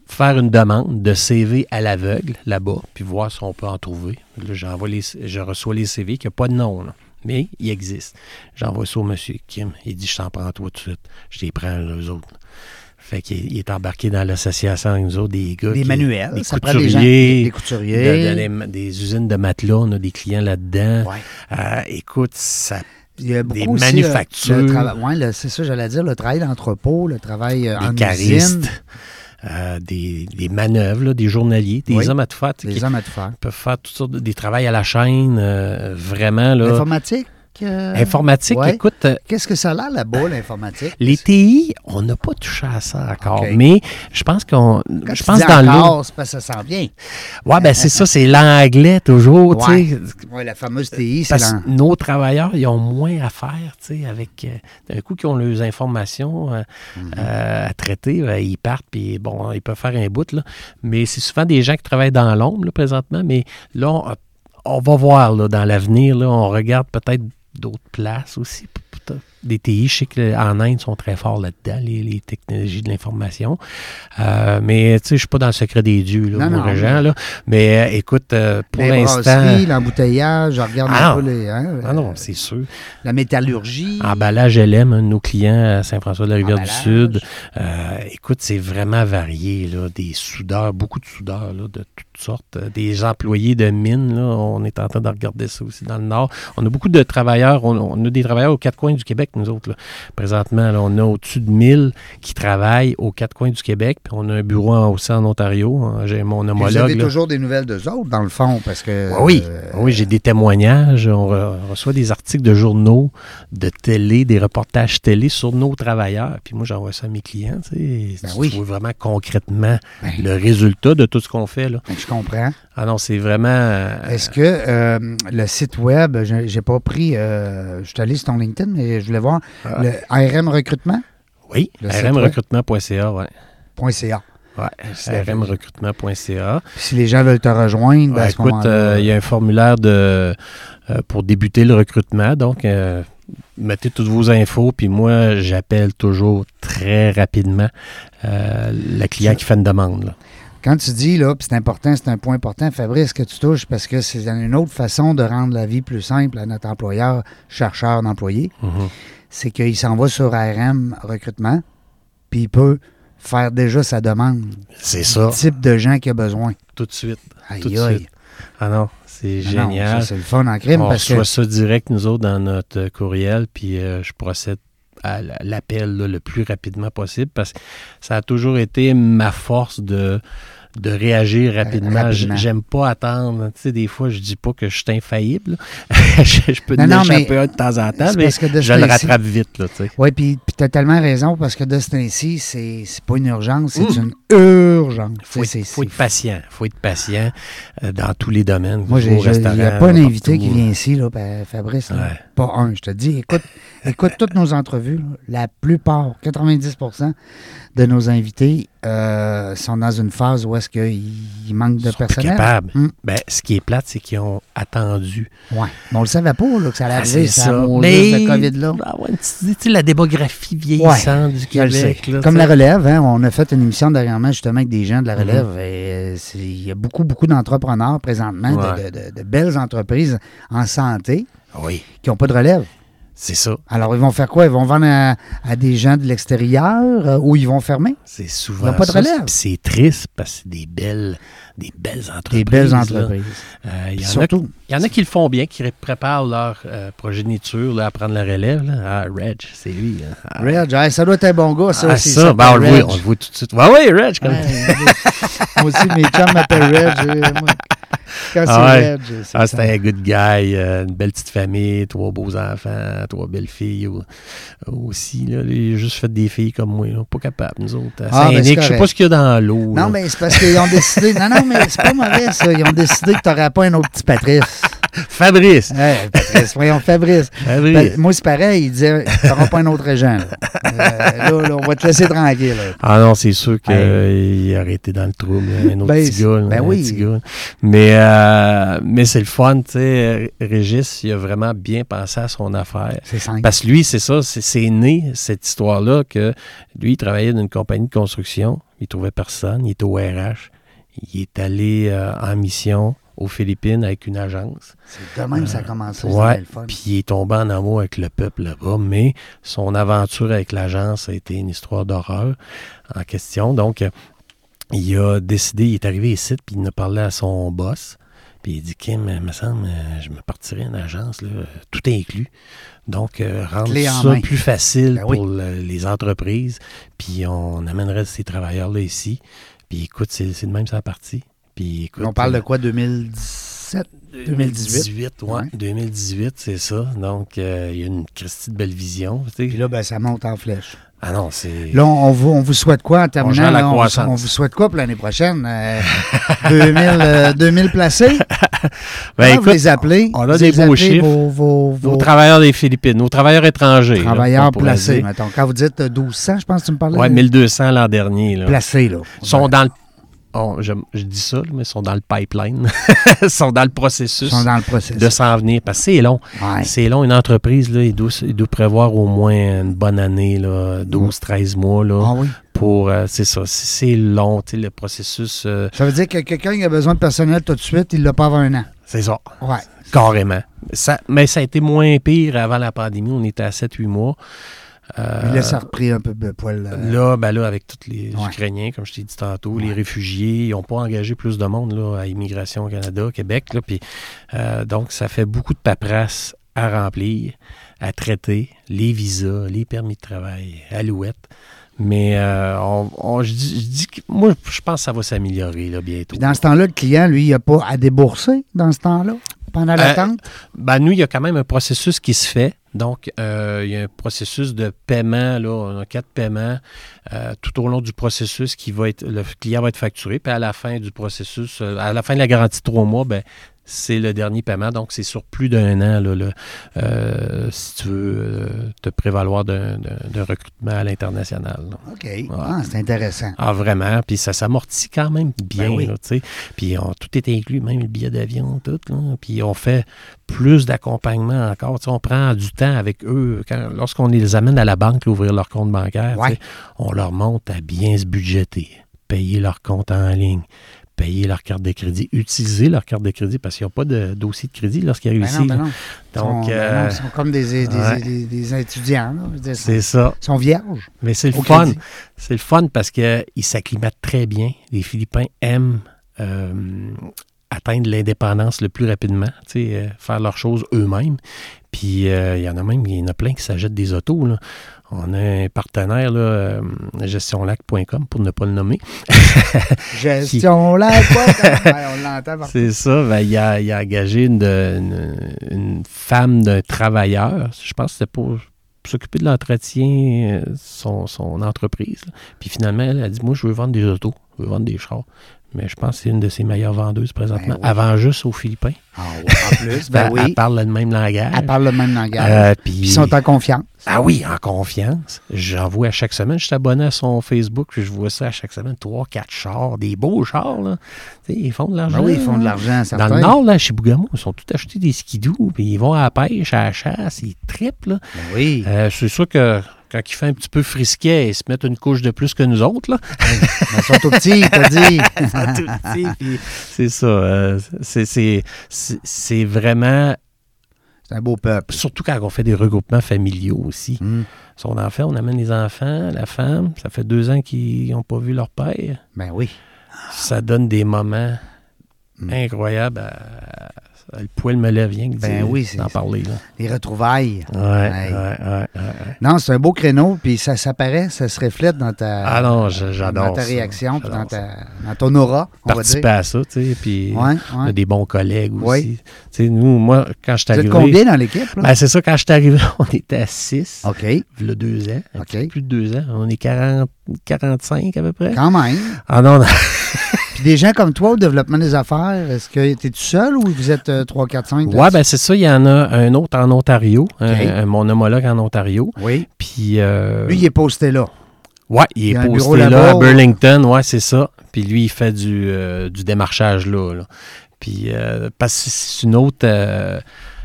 B: faire une demande de CV à l'aveugle, là-bas, puis voir si on peut en trouver. Là, j'envoie les, je reçois les CV qui n'ont pas de nom, là. mais ils existent. J'envoie ça au monsieur Kim. Il dit, je t'en prends toi tout de suite. Je les prends, les autres. Fait qu'il il est embarqué dans l'association avec nous autres, des gars.
A: Des
B: qui-
A: manuels,
B: des
A: ça prend des gens-
B: couturiers.
A: des couturiers.
B: de- de- des- des usines de matelas, on a des clients là-dedans.
A: Ouais.
B: Euh, écoute, ça
A: Il y a beaucoup
B: Des
A: aussi, euh,
B: manufactures.
A: le- le trava- ouais, le- c'est ça, j'allais dire, le travail d'entrepôt, le travail euh, en
B: des
A: usine,
B: caristes, euh, des, des manœuvres, là, des journaliers, des
A: Oui.
B: hommes à tout faire, tu sais,
A: les
B: qui
A: hommes à tout faire.
B: peuvent faire toutes sortes de, des travails à la chaîne, euh, vraiment. Là,
A: L'informatique, euh,
B: informatique,
A: ouais.
B: écoute, euh,
A: qu'est-ce que ça a l'air là-bas, l'informatique?
B: les TI, on n'a pas touché à ça encore,
A: OK.
B: mais je pense qu'on,
A: Quand
B: je
A: tu
B: pense
A: dis
B: dans l'eau.
A: encore, c'est parce que ça s'en vient.
B: Ouais, ben c'est ça, c'est l'anglais toujours,
A: Ouais.
B: tu sais.
A: Ouais, la fameuse TI, c'est
B: Parce
A: l'en-
B: que nos travailleurs, ils ont moins à faire, tu sais, avec... euh, D'un coup, qu'ils ont leurs informations euh,
A: Mhm.
B: euh, à traiter, ben, ils partent, puis bon, ils peuvent faire un bout, là. Mais c'est souvent des gens qui travaillent dans l'ombre, là, présentement, mais là, on, on va voir, là, dans l'avenir, là, on regarde peut-être d'autres places aussi. p- peut-être. Des TI, je sais qu'en Inde, ils sont très forts là-dedans, les, les technologies de l'information. Euh, mais, tu sais, je suis pas dans le secret des dieux, là,
A: Non,
B: moi,
A: non.
B: Régent, là. Mais, euh, écoute, euh, pour
A: les
B: l'instant...
A: brasseries, l'embouteillage, je regarde
B: Ah
A: un peu
B: non.
A: les, hein,
B: Ah non, Ah, ben,
A: euh,
B: c'est sûr.
A: la métallurgie.
B: Emballage LM, un de nos clients à Saint-François-de-la-Rivière-du-Sud.
A: Emballage.
B: Euh, écoute, c'est vraiment varié. Là. Des soudeurs, beaucoup de soudeurs là, de toutes sortes. Euh, Des employés de mines. Là. On est en train de regarder ça aussi dans le Nord. On a beaucoup de travailleurs. On, on a des travailleurs aux quatre coins du Québec, nous autres. là. Présentement, là, on a au-dessus de 1000 qui travaillent aux quatre coins du Québec. Puis on a un bureau en- aussi en Ontario. hein. J'ai mon
A: Puis vous avez
B: homologue. là.
A: toujours des nouvelles d'eux autres, dans le fond, parce que...
B: Ah Oui,
A: euh,
B: oui j'ai des témoignages. On re- on reçoit des articles de journaux, de télé, des reportages télé sur nos travailleurs. Puis moi, j'envoie ça à mes clients. Tu, sais,
A: Ben
B: Tu
A: oui.
B: vois vraiment concrètement
A: Ben.
B: le résultat de tout ce qu'on fait. Là.
A: ben, je comprends.
B: Ah non, c'est vraiment. euh,
A: Est-ce que euh, le site web, j'ai j'ai pas pris, euh, je suis allé sur ton LinkedIn, mais je voulais voir
B: Ah.
A: le ARM recrutement.
B: oui,
A: le site web?
B: rmrecrutement.ca. Ouais.
A: .ca.
B: Ouais, rmrecrutement.ca.
A: Puis si les gens veulent te rejoindre, ben,
B: Ouais,
A: à ce
B: écoute,
A: moment-là,
B: euh, il y a un formulaire de, euh, pour débuter le recrutement. Donc, euh, mettez toutes vos infos. Puis moi, j'appelle toujours très rapidement euh, le client qui fait une demande. là.
A: quand tu dis, là, puis c'est important, c'est un point important, Fabrice, que tu touches, parce que c'est une autre façon de rendre la vie plus simple à notre employeur, chercheur d'employés,
B: Mhm.
A: c'est qu'il s'en va sur ARM recrutement, puis il peut faire déjà sa demande,
B: C'est ça.
A: type de gens qu'il a besoin.
B: Tout de suite.
A: Aïe,
B: Tout de
A: aïe.
B: suite. Ah non, c'est
A: Non, non,
B: génial.
A: ça, c'est le fun en crime,
B: On
A: Eh, parce que
B: reçoit ça direct, nous autres, dans notre euh, courriel, puis euh, je procède à la- l'appel là, le plus rapidement possible parce que ça a toujours été ma force de, de réagir rapidement. J-
A: Euh, rapidement.
B: J'aime pas attendre. Tu sais, des fois, je dis pas que je suis infaillible. là. je, je peux
A: Non, non,
B: déchapper
A: mais
B: un de temps en temps,
A: c'est
B: mais
A: parce que de ce
B: je le
A: temps-ci-
B: rattrape vite. Là, tu sais.
A: Oui, puis puis t'as tellement raison parce que de ce temps-ci, c'est c'est pas une urgence, c'est une urgence.
B: faut,
A: C'est-
B: être,
A: c'est-
B: faut être patient. faut être patient euh, dans tous les domaines.
A: Moi, j'ai-
B: Au
A: j'ai- il n'y
B: restaurant,
A: a pas un invité
B: partout, euh.
A: qui vient ici, là, ben, Fabrice. là.
B: Ouais.
A: pas un, je te dis. Écoute, écoute toutes nos entrevues. là. La plupart, 90 de nos invités euh, sont dans une phase où est-ce qu'il manque de
B: Ils sont plus
A: personnel.
B: capables.
A: Hum,
B: Ben, ce qui est plate, c'est qu'ils ont attendu.
A: ouais. Mais on le savait pas là, que ça allait
B: Ah,
A: arriver, ça, maudite de COVID-là.
B: Ben ouais, une petite idée, tu sais, la démographie vieillissante du
A: Je le sais.
B: Québec. là,
A: Comme
B: tu
A: la
B: sais. Mhm.
A: relève, hein, on a fait une émission dernièrement justement avec des gens de la relève. et, euh, c'est- Il y a beaucoup, beaucoup d'entrepreneurs présentement, de-
B: Ouais.
A: de- de- de belles entreprises en santé
B: Oui,
A: qui n'ont pas de relève.
B: c'est ça.
A: Alors, ils vont faire quoi? Ils vont vendre à, à des gens de l'extérieur euh, ou ils vont fermer?
B: C'est
A: Ils
B: souvent
A: n'ont pas de
B: ça.
A: relève.
B: Puis C'est triste parce que c'est des belles, des belles entreprises.
A: Des belles
B: là.
A: entreprises.
B: Euh, il, y
A: Puis
B: en a,
A: surtout,
B: il y en a qui le font bien, qui ré- préparent leur euh, progéniture là, à prendre la relève. là. Ah, Reg, c'est lui. hein. Ah,
A: Reg, hey, ça doit être un bon gars, ça
B: ah,
A: aussi.
B: ça,
A: il
B: ben, on, le
A: s'appelle
B: voit, on le voit tout de suite. Ouais, ouais, Reg. comme-
A: Reg. Ouais, moi aussi, mes chums m'appellent Reg. euh, moi, Quand c'est
B: Ah ouais.
A: Reg, c'est ça.
B: Ah, c'était un good guy, euh, une belle petite famille, trois beaux enfants, trois belles filles au- aussi. Là, il a juste fait des filles comme moi, là, pas capable, nous autres. À
A: Ah, ben, c'est
B: Saint-Nic, je sais
A: correct.
B: pas ce qu'il y a dans l'eau. là.
A: Non, mais c'est parce qu'ils ont décidé. Non, non, mais c'est pas mauvais, ça. Ils ont décidé que t'aurais pas un autre petit Patrice.
B: Fabrice!
A: Hey, Patrice, voyons, Fabrice.
B: Fabrice!
A: Ben, moi, c'est pareil. Il disait, t'auras pas un autre agent. Là. Euh, là, là, on va te laisser tranquille. là.
B: Ah non, c'est sûr qu'il
A: Hey.
B: aurait été dans le trouble, là, un autre
A: Ben,
B: petit gars. là,
A: ben
B: un
A: oui.
B: petit gars. Mais, euh, mais c'est le fun, tu sais. Régis, il a vraiment bien pensé à son affaire.
A: C'est simple.
B: Parce que lui, c'est ça, c'est- c'est né, cette histoire-là, que lui, il travaillait dans une compagnie de construction, il trouvait personne, il était au RH, il est allé euh, en mission aux Philippines avec une agence.
A: C'est de même que ça a commencé. c'était
B: Ouais,
A: le fun.
B: puis il est tombé en amour avec le peuple là-bas, mais son aventure avec l'agence a été une histoire d'horreur en question. Donc, euh, il a décidé, il est arrivé ici, puis il en a parlé à son boss. Puis il dit, Kim, il me semble, euh, je me partirai en agence, là, euh, tout est inclus. Donc, euh, rendre
A: Clé en
B: ça
A: main.
B: plus facile
A: Ben oui.
B: pour le- les entreprises. Puis on amènerait ces travailleurs-là ici. Puis écoute, c'est c'est de même sa partie. Puis écoute,
A: On parle
B: euh,
A: de quoi, 2017? 2018,
B: 2018, ouais. 2018, c'est ça. Donc, euh, il y a une Christie de belle vision. tu sais.
A: Puis là, ben, ça monte en flèche.
B: ah non, c'est.
A: Là, on vous, on vous souhaite quoi en terminant?
B: gère la
A: là, on,
B: croissance.
A: on vous souhaite quoi pour l'année prochaine? Euh, 2000, euh, 2000 placés?
B: Ben,
A: Comment vous
B: écoute,
A: les appelez?
B: on a
A: Vous
B: des
A: les
B: beaux
A: appelez
B: chiffres.
A: Vos, vos-
B: nos
A: vos
B: travailleurs des Philippines, nos travailleurs étrangers. là,
A: travailleurs
B: on pourrait
A: placés,
B: dire.
A: mettons. Quand vous dites euh, 1200, je pense que tu me parlais.
B: Ouais,
A: de-
B: 1200 l'an dernier. Là.
A: Placés, là.
B: sont dans le. on- je, je dis ça, là, mais ils sont dans le pipeline. ils sont dans le processus
A: Ils sont dans le processus.
B: de s'en venir. Parce que c'est long.
A: Ouais.
B: C'est long. Une entreprise, là, il, doit, il doit prévoir au moins une bonne année, là, 12, 13 mois. Là,
A: Ah oui.
B: pour, euh, c'est ça. C'est- C'est long, tu sais, le processus. euh,
A: Ça veut dire que quelqu'un qui a besoin de personnel tout de suite, il l'a pas avant un an.
B: c'est ça.
A: Ouais.
B: Carrément. Ça, mais ça a été moins pire avant la pandémie. On était à 7-8 mois. Euh,
A: Il laisse ça repris un peu de poil. euh,
B: Là, ben là, avec tous les
A: Ouais.
B: Ukrainiens, comme je t'ai dit tantôt, les réfugiés, ils n'ont pas engagé plus de monde là, à Immigration au Canada, Québec. là, puis, euh, donc, ça fait beaucoup de paperasse à remplir, à traiter, les visas, les permis de travail, alouettes. Mais euh, on- on- je dis, je dis que- moi, je pense que ça va s'améliorer là, bientôt.
A: Puis dans ce temps-là, le client, lui, il n'a pas à débourser dans ce temps-là,
B: Euh,
A: pendant l'attente.
B: Ben, nous, il y a quand même un processus qui se fait. Donc, euh, il y a un processus de paiement, là, on a quatre paiements euh, tout au long du processus qui va être, le client va être facturé, puis à la fin du processus, euh, à la fin de la garantie de trois mois, ben, c'est le dernier paiement, donc c'est sur plus d'un an, là, là, euh, si tu veux euh, te prévaloir d'un d'un- d'un recrutement à l'international. là.
A: OK. Ah, c'est intéressant.
B: Ah, vraiment. Puis ça s'amortit quand même bien,
A: Ben oui.
B: là, tu sais. Puis on- tout est inclus, même le billet d'avion, tout. là. Puis on fait plus d'accompagnement encore. Tu sais, on prend du temps avec eux. Quand- Lorsqu'on les amène à la banque, là, ouvrir leur compte bancaire, tu
A: Ouais.
B: sais, on leur montre à bien se budgéter, payer leur compte en ligne, payer leur carte de crédit, utiliser leur carte de crédit parce qu'ils n'ont pas de dossier de crédit lorsqu'ils arrivent
A: Ben
B: ici.
A: non, ben
B: là.
A: non.
B: Donc,
A: ils, sont, ben
B: euh,
A: non, ils sont comme des, des, des-
B: ouais.
A: des- des étudiants. là. Je veux dire,
B: c'est ça.
A: Ils sont vierges.
B: Mais c'est le
A: Au
B: fun.
A: crédit.
B: C'est le fun parce qu'ils s'acclimatent très bien. Les Philippins aiment euh, atteindre l'indépendance le plus rapidement, tu sais, euh, faire leurs choses eux-mêmes. Puis euh, il y en a même, il y en a plein qui s'achètent des autos. là. On a un partenaire, là, euh, gestionlac.com, pour ne pas le nommer.
A: Gestion là, quoi? quand- ben, on l'entend. par-
B: C'est ça. ben, il, a, il a engagé une, une- une femme d'un travailleur. Je pense que c'était pour s'occuper de l'entretien euh, son, son entreprise. là. Puis finalement, elle a dit Moi, je veux vendre des autos, je veux vendre des chars. Mais je pense que c'est une de ses meilleures vendeuses présentement,
A: Ben oui.
B: avant juste aux Philippins.
A: Ah ouais, en plus, ben
B: Elle-
A: oui.
B: Elle parle le même langage.
A: Elle parle le même langage.
B: Mm. Euh,
A: Puis ils sont en confiance.
B: Ah oui, en confiance. J'en vois à chaque semaine. Je suis abonné à son Facebook, puis je vois ça à chaque semaine. Trois, quatre chars, des beaux chars, là. Tu sais, ils font de l'argent.
A: Ben oui, ils font de
B: là.
A: l'argent,
B: Ah, Dans
A: certains.
B: le nord, là, chez Bougamo, ils sont tous achetés des skidoo, puis ils vont à la pêche, à la chasse, ils trippent, là.
A: Ben oui.
B: Euh, c'est sûr que quand il fait un petit peu frisquet, ils se mettent une couche de plus que nous autres, là.
A: Mais Ils sont tout petits, t'as dit.
B: Tout petit, puis c'est ça. euh, c'est- c'est- c'est c'est vraiment
A: C'est un beau peuple.
B: surtout quand on fait des regroupements familiaux aussi.
A: Hmm.
B: Si on en fait, on amène les enfants, la femme. Ça fait deux ans qu'ils n'ont pas vu leur père.
A: Ben oui.
B: Ça donne des moments
A: Mm.
B: incroyables. à- à- le poil me lève rien que
A: Ben
B: d'y-
A: oui, c'est-
B: d'en parler. Là.
A: Les retrouvailles.
B: Ouais,
A: Hey.
B: ouais, ouais, ouais, ouais.
A: Non, c'est un beau créneau, puis ça s'apparaît, ça se reflète dans ta,
B: Ah non, je-
A: dans
B: j'adore
A: ta
B: ça.
A: réaction, puis
B: J'adore
A: dans, ta, dans ton aura, on va dire.
B: Participer à ça, tu sais, puis
A: Ouais,
B: on a
A: ouais.
B: des bons collègues aussi.
A: Oui.
B: Tu sais, nous, moi, quand je suis
A: Vous êtes
B: arrivé...
A: combien dans l'équipe? là?
B: Ben, c'est ça, quand je suis arrivé, on était à 6,
A: OK,
B: le deux ans, un
A: OK.
B: petit peu plus de deux ans. On est 40, 45 à peu près.
A: quand même.
B: Ah non, non,
A: Puis des gens comme toi au développement des affaires, est-ce que t'es tout seul ou vous êtes euh, 3, 4, 5?
B: Ouais, ben c'est ça. Il y en a un autre en Ontario, un- un- mon homologue en Ontario.
A: Oui.
B: Puis, euh,
A: Lui, il est posté là.
B: ouais, il
A: il
B: est
A: y a un bureau
B: posté là,
A: là-bas,
B: à
A: ou-
B: Burlington, ouais, c'est ça. Puis lui, il fait du, euh, du démarchage là. là. Puis, euh, parce que c'est une autre. euh,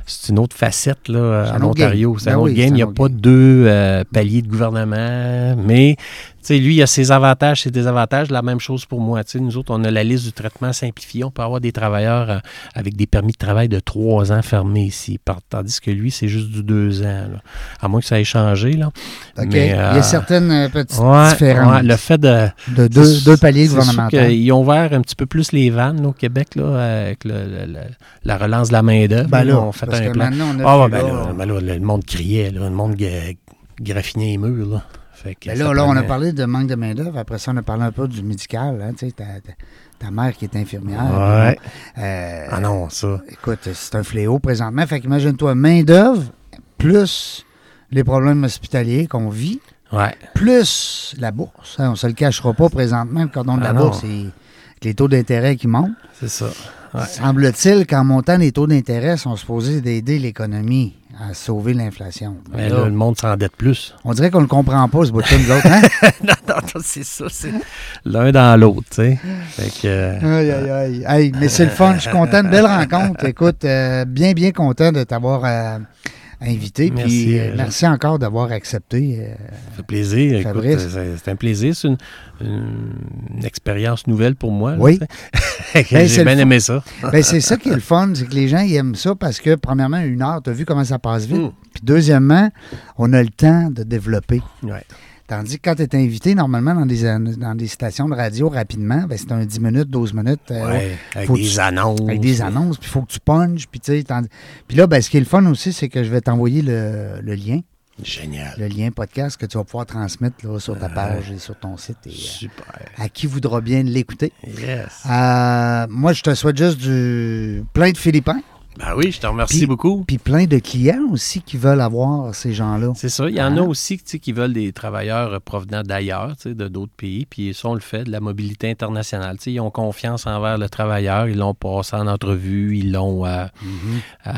B: c'est une autre facette là, euh,
A: C'est un
B: en
A: autre
B: Ontario.
A: game.
B: C'est
A: Ben
B: un autre
A: oui,
B: game.
A: c'est
B: Il
A: un
B: n'y a
A: autre
B: pas
A: game.
B: deux euh, paliers de gouvernement. Mais tu sais, lui, il a ses avantages, ses désavantages. La même chose pour moi. Tu sais, nous autres, on a la liste du traitement simplifié. On peut avoir des travailleurs euh, avec des permis de travail de trois ans fermés ici. Par- Tandis que lui, c'est juste du deux ans. là. À moins que ça ait changé. Là.
A: OK.
B: Mais, euh,
A: il y a certaines euh, petites
B: ouais,
A: différences
B: ouais, le fait de.
A: de deux,
B: c'est-
A: deux paliers
B: c'est sûr
A: gouvernementaux.
B: qu'ils ont ouvert un petit peu plus les vannes là, au Québec là, avec le- le- le- la relance de la main-d'œuvre.
A: Ben là,
B: on fait
A: parce
B: un
A: que
B: plan.
A: maintenant, on a
B: Ah, ouais,
A: plus,
B: ben
A: là.
B: là, ben là, le monde criait, là, le monde gra- graffinait les murs. Là. Fait que
A: Ben
B: ça
A: là, là, on a
B: prenait-
A: parlé de manque de main-d'œuvre. Après ça, on a parlé un peu du médical. Hein, tu sais, ta, ta- ta mère qui est infirmière.
B: Ouais.
A: Euh,
B: Ah non, ça.
A: Écoute, c'est un fléau présentement. Fait qu'imagine-toi, main-d'œuvre, plus les problèmes hospitaliers qu'on vit,
B: Ouais.
A: plus la bourse. Hein, on se le cachera pas présentement. Le cordon de la
B: Ah non.
A: bourse, c'est avec les taux d'intérêt qui montent.
B: C'est ça. Ouais.
A: Semble-t-il qu'en montant les taux d'intérêt, sont supposés d'aider l'économie à sauver l'inflation.
B: Mais
A: Ben Là,
B: là, le monde s'endette plus.
A: on dirait qu'on ne le comprend pas, ce bout de film de l'autre. Hein?
B: non, non, non, c'est ça. C'est l'un dans l'autre, tu sais. Fait que. euh,
A: Aïe, aïe, aïe. Hey, mais c'est le fun. Je suis content. Une belle rencontre. Écoute, euh, bien, bien content de t'avoir euh, invité.
B: Merci,
A: Puis, euh,
B: Jean.
A: merci encore d'avoir accepté. euh,
B: Ça fait plaisir. Écoute,
A: Fabrice.
B: euh, c'est c'est un plaisir. C'est une, une- une expérience nouvelle pour moi. là,
A: Oui.
B: tu sais.
A: Ben, c'est
B: J'ai
A: le
B: bien
A: fun.
B: aimé ça.
A: ben, c'est ça qui est le fun, c'est que les gens ils aiment ça parce que, premièrement, une heure, tu as vu comment ça passe vite.
B: Mm.
A: Puis, deuxièmement, on a le temps de développer.
B: Ouais.
A: Tandis que quand tu es invité, normalement, dans des, dans des stations de radio rapidement, ben, c'est un 10 minutes, 12 minutes. euh,
B: Ouais, Avec
A: Faut
B: des
A: que-
B: annonces.
A: Avec des annonces, puis il faut que tu punches, puis tu sais, t'en- Puis là, ben, ce qui est le fun aussi, c'est que je vais t'envoyer le, le lien,
B: Génial.
A: le lien podcast que tu vas pouvoir transmettre là, sur ta
B: Euh.
A: page et sur ton site et euh,
B: Super. Ah.
A: à qui voudra bien l'écouter.
B: Yes.
A: Euh, moi, je te souhaite juste du plein de Philippins,
B: Ben oui, je te remercie
A: Puis-
B: beaucoup.
A: puis plein de clients aussi qui veulent avoir ces gens-là.
B: C'est ça. Il y en a
A: Ah.
B: aussi tu sais, qui veulent des travailleurs euh, provenant d'ailleurs, tu sais, de d'autres pays. Puis ça, on le fait, de la mobilité internationale. Tu sais, ils ont confiance envers le travailleur. Ils l'ont passé en entrevue. Ils l'ont euh, euh,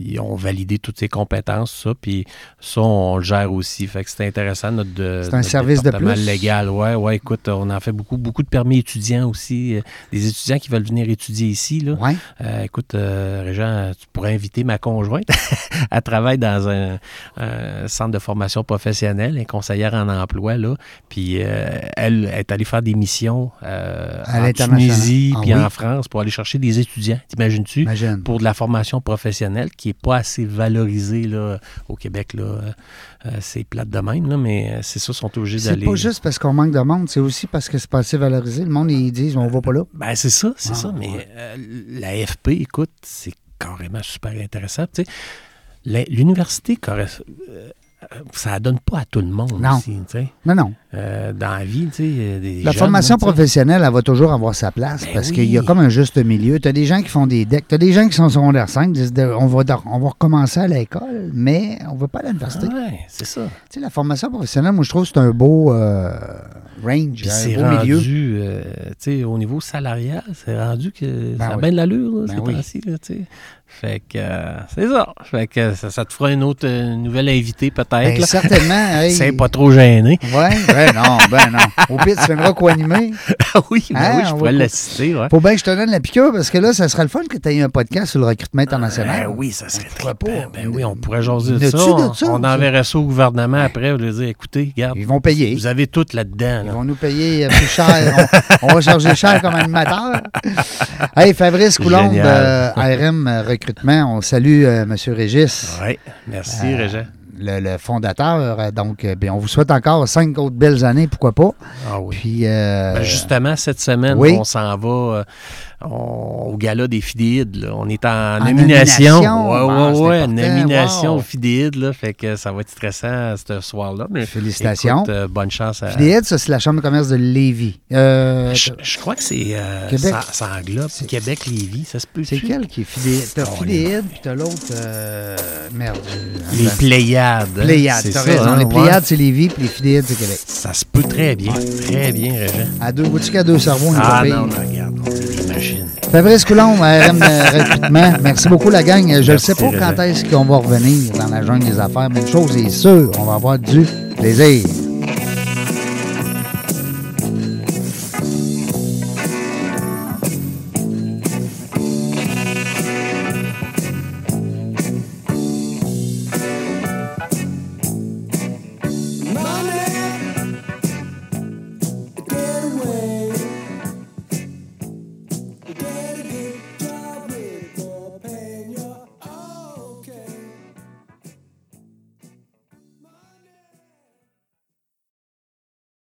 B: ils ont validé toutes ses compétences, ça. Puis ça, on le gère aussi. Fait que c'est intéressant, notre, de-
A: C'est un
B: notre
A: service de
B: département
A: plus.
B: légal. Ouais, ouais, écoute, on en fait beaucoup. Beaucoup de permis étudiants aussi. euh, Des étudiants qui veulent venir étudier ici, là.
A: Ouais.
B: Euh, écoute, euh, Régent, tu pourrais inviter ma conjointe. Elle travaille dans un, un centre de formation professionnelle, est conseillère en emploi, là. Puis euh, elle est allée faire des missions euh,
A: À
B: en
A: l'international.
B: Tunisie
A: Ah
B: puis
A: oui? Ben.
B: en France pour aller chercher des étudiants, t'imagines-tu?
A: Imagine.
B: Pour de la formation professionnelle qui n'est pas assez valorisée là, au Québec. là. Euh, euh, c'est plate de même, là, mais euh, c'est ça, sont obligés
A: C'est
B: d'aller.
A: pas juste parce qu'on manque de monde, c'est aussi parce que c'est pas assez valorisé. Le monde, ils disent, on va pas là.
B: Ben, c'est ça, c'est
A: Ah,
B: ça. Mais
A: ouais.
B: euh, la FP, écoute, c'est carrément super intéressant. Tu sais, la- l'université corres- euh, ça donne pas à tout le monde
A: Non.
B: aussi, tu sais.
A: Non, non.
B: Euh, dans la vie, tu sais, il y a des
A: La
B: jeunes,
A: formation
B: là, tu sais.
A: professionnelle, elle va toujours avoir sa place
B: Ben
A: parce
B: oui.
A: qu'il y a comme un juste milieu. Tu as des gens qui font des decks, tu as des gens qui sont secondaires 5, disent de- on va, dans- on va recommencer à l'école, mais on ne va pas à l'université.
B: Ouais, c'est ça.
A: Tu sais, la formation professionnelle, moi, je trouve que c'est un beau euh, range,
B: Puis c'est
A: un beau milieu.
B: rendu, euh, tu sais, au niveau salarial, c'est rendu que
A: Ben
B: ça a
A: oui.
B: bien de l'allure, là,
A: Ben
B: ces
A: oui.
B: temps-ci, là, tu sais. Fait que euh, c'est ça. Fait que ça, ça te fera une autre, une nouvelle invitée peut-être.
A: Ben,
B: là.
A: certainement. hey.
B: C'est pas trop gêné.
A: Ouais, ben non, ben non. Au pire, tu viendras co-animer.
B: Ah oui, ben
A: Ah,
B: oui, je
A: on
B: pourrais
A: va-
B: la citer, ouais.
A: Faut bien que je te donne la piqûre parce que là, ça serait le fun que tu aies un podcast sur le recrutement international.
B: Ben oui, ça serait
A: pourquoi
B: très
A: pas?
B: Ben oui, on pourrait jaser de
A: N'as-tu
B: ça.
A: de
B: On,
A: ça,
B: on
A: ça?
B: enverrait ça au gouvernement après. On lui dire, écoutez, regarde,
A: Ils vont payer.
B: vous avez tout là-dedans.
A: Ils
B: là.
A: vont nous payer euh, plus cher. on, on va charger cher comme animateur. Hey, Fabrice Coulombe,
B: Génial.
A: euh, ARM Recrutement, on salue euh, Monsieur M. Régis,
B: Ouais, merci,
A: Euh,
B: Régent.
A: le, le fondateur. Euh, Donc, euh, ben, on vous souhaite encore cinq autres belles années, pourquoi pas.
B: Ah oui.
A: Puis, euh,
B: Ben, justement, cette semaine,
A: oui.
B: on s'en va euh, on- au gala des Fidéides. là. On est en,
A: En
B: nomination.
A: nomination.
B: Ouais,
A: Ah,
B: ouais,
A: c'est
B: ouais,
A: important.
B: nomination
A: Wow.
B: aux Fidéides. là. Fait que ça va être stressant ce soir-là. Mais
A: Félicitations.
B: écoute, euh, bonne chance à.
A: Fidéide, ça, c'est la Chambre de commerce de Lévis. Euh,
B: Je, je crois que c'est. euh,
A: Québec.
B: Ça, ça englobe Québec, Lévis. Ça se peut.
A: c'est quel qui est Fidéide? T'as
B: Oh,
A: Fidéide, puis t'as l'autre... euh, merde. j'ai-
B: Les Pléiades. hein.
A: Pléiades,
B: Ben, C'est
A: t'as
B: ça,
A: raison.
B: hein,
A: les
B: ouais.
A: Pléiades, c'est Lévis, puis les Fidéides, c'est Québec.
B: Ça se peut très bien. Très bien, Régent.
A: À deux, vois-tu qu'à deux cerveaux, on est pas
B: Ah
A: pire.
B: non, non, regarde, on l'imagine.
A: Fabrice Coulombe, RM Recrutement. Merci beaucoup, la gang. Je ne
B: Merci,
A: sais pas
B: Régent.
A: quand est-ce qu'on va revenir dans la jungle des affaires, mais une chose est sûre, on va avoir du plaisir.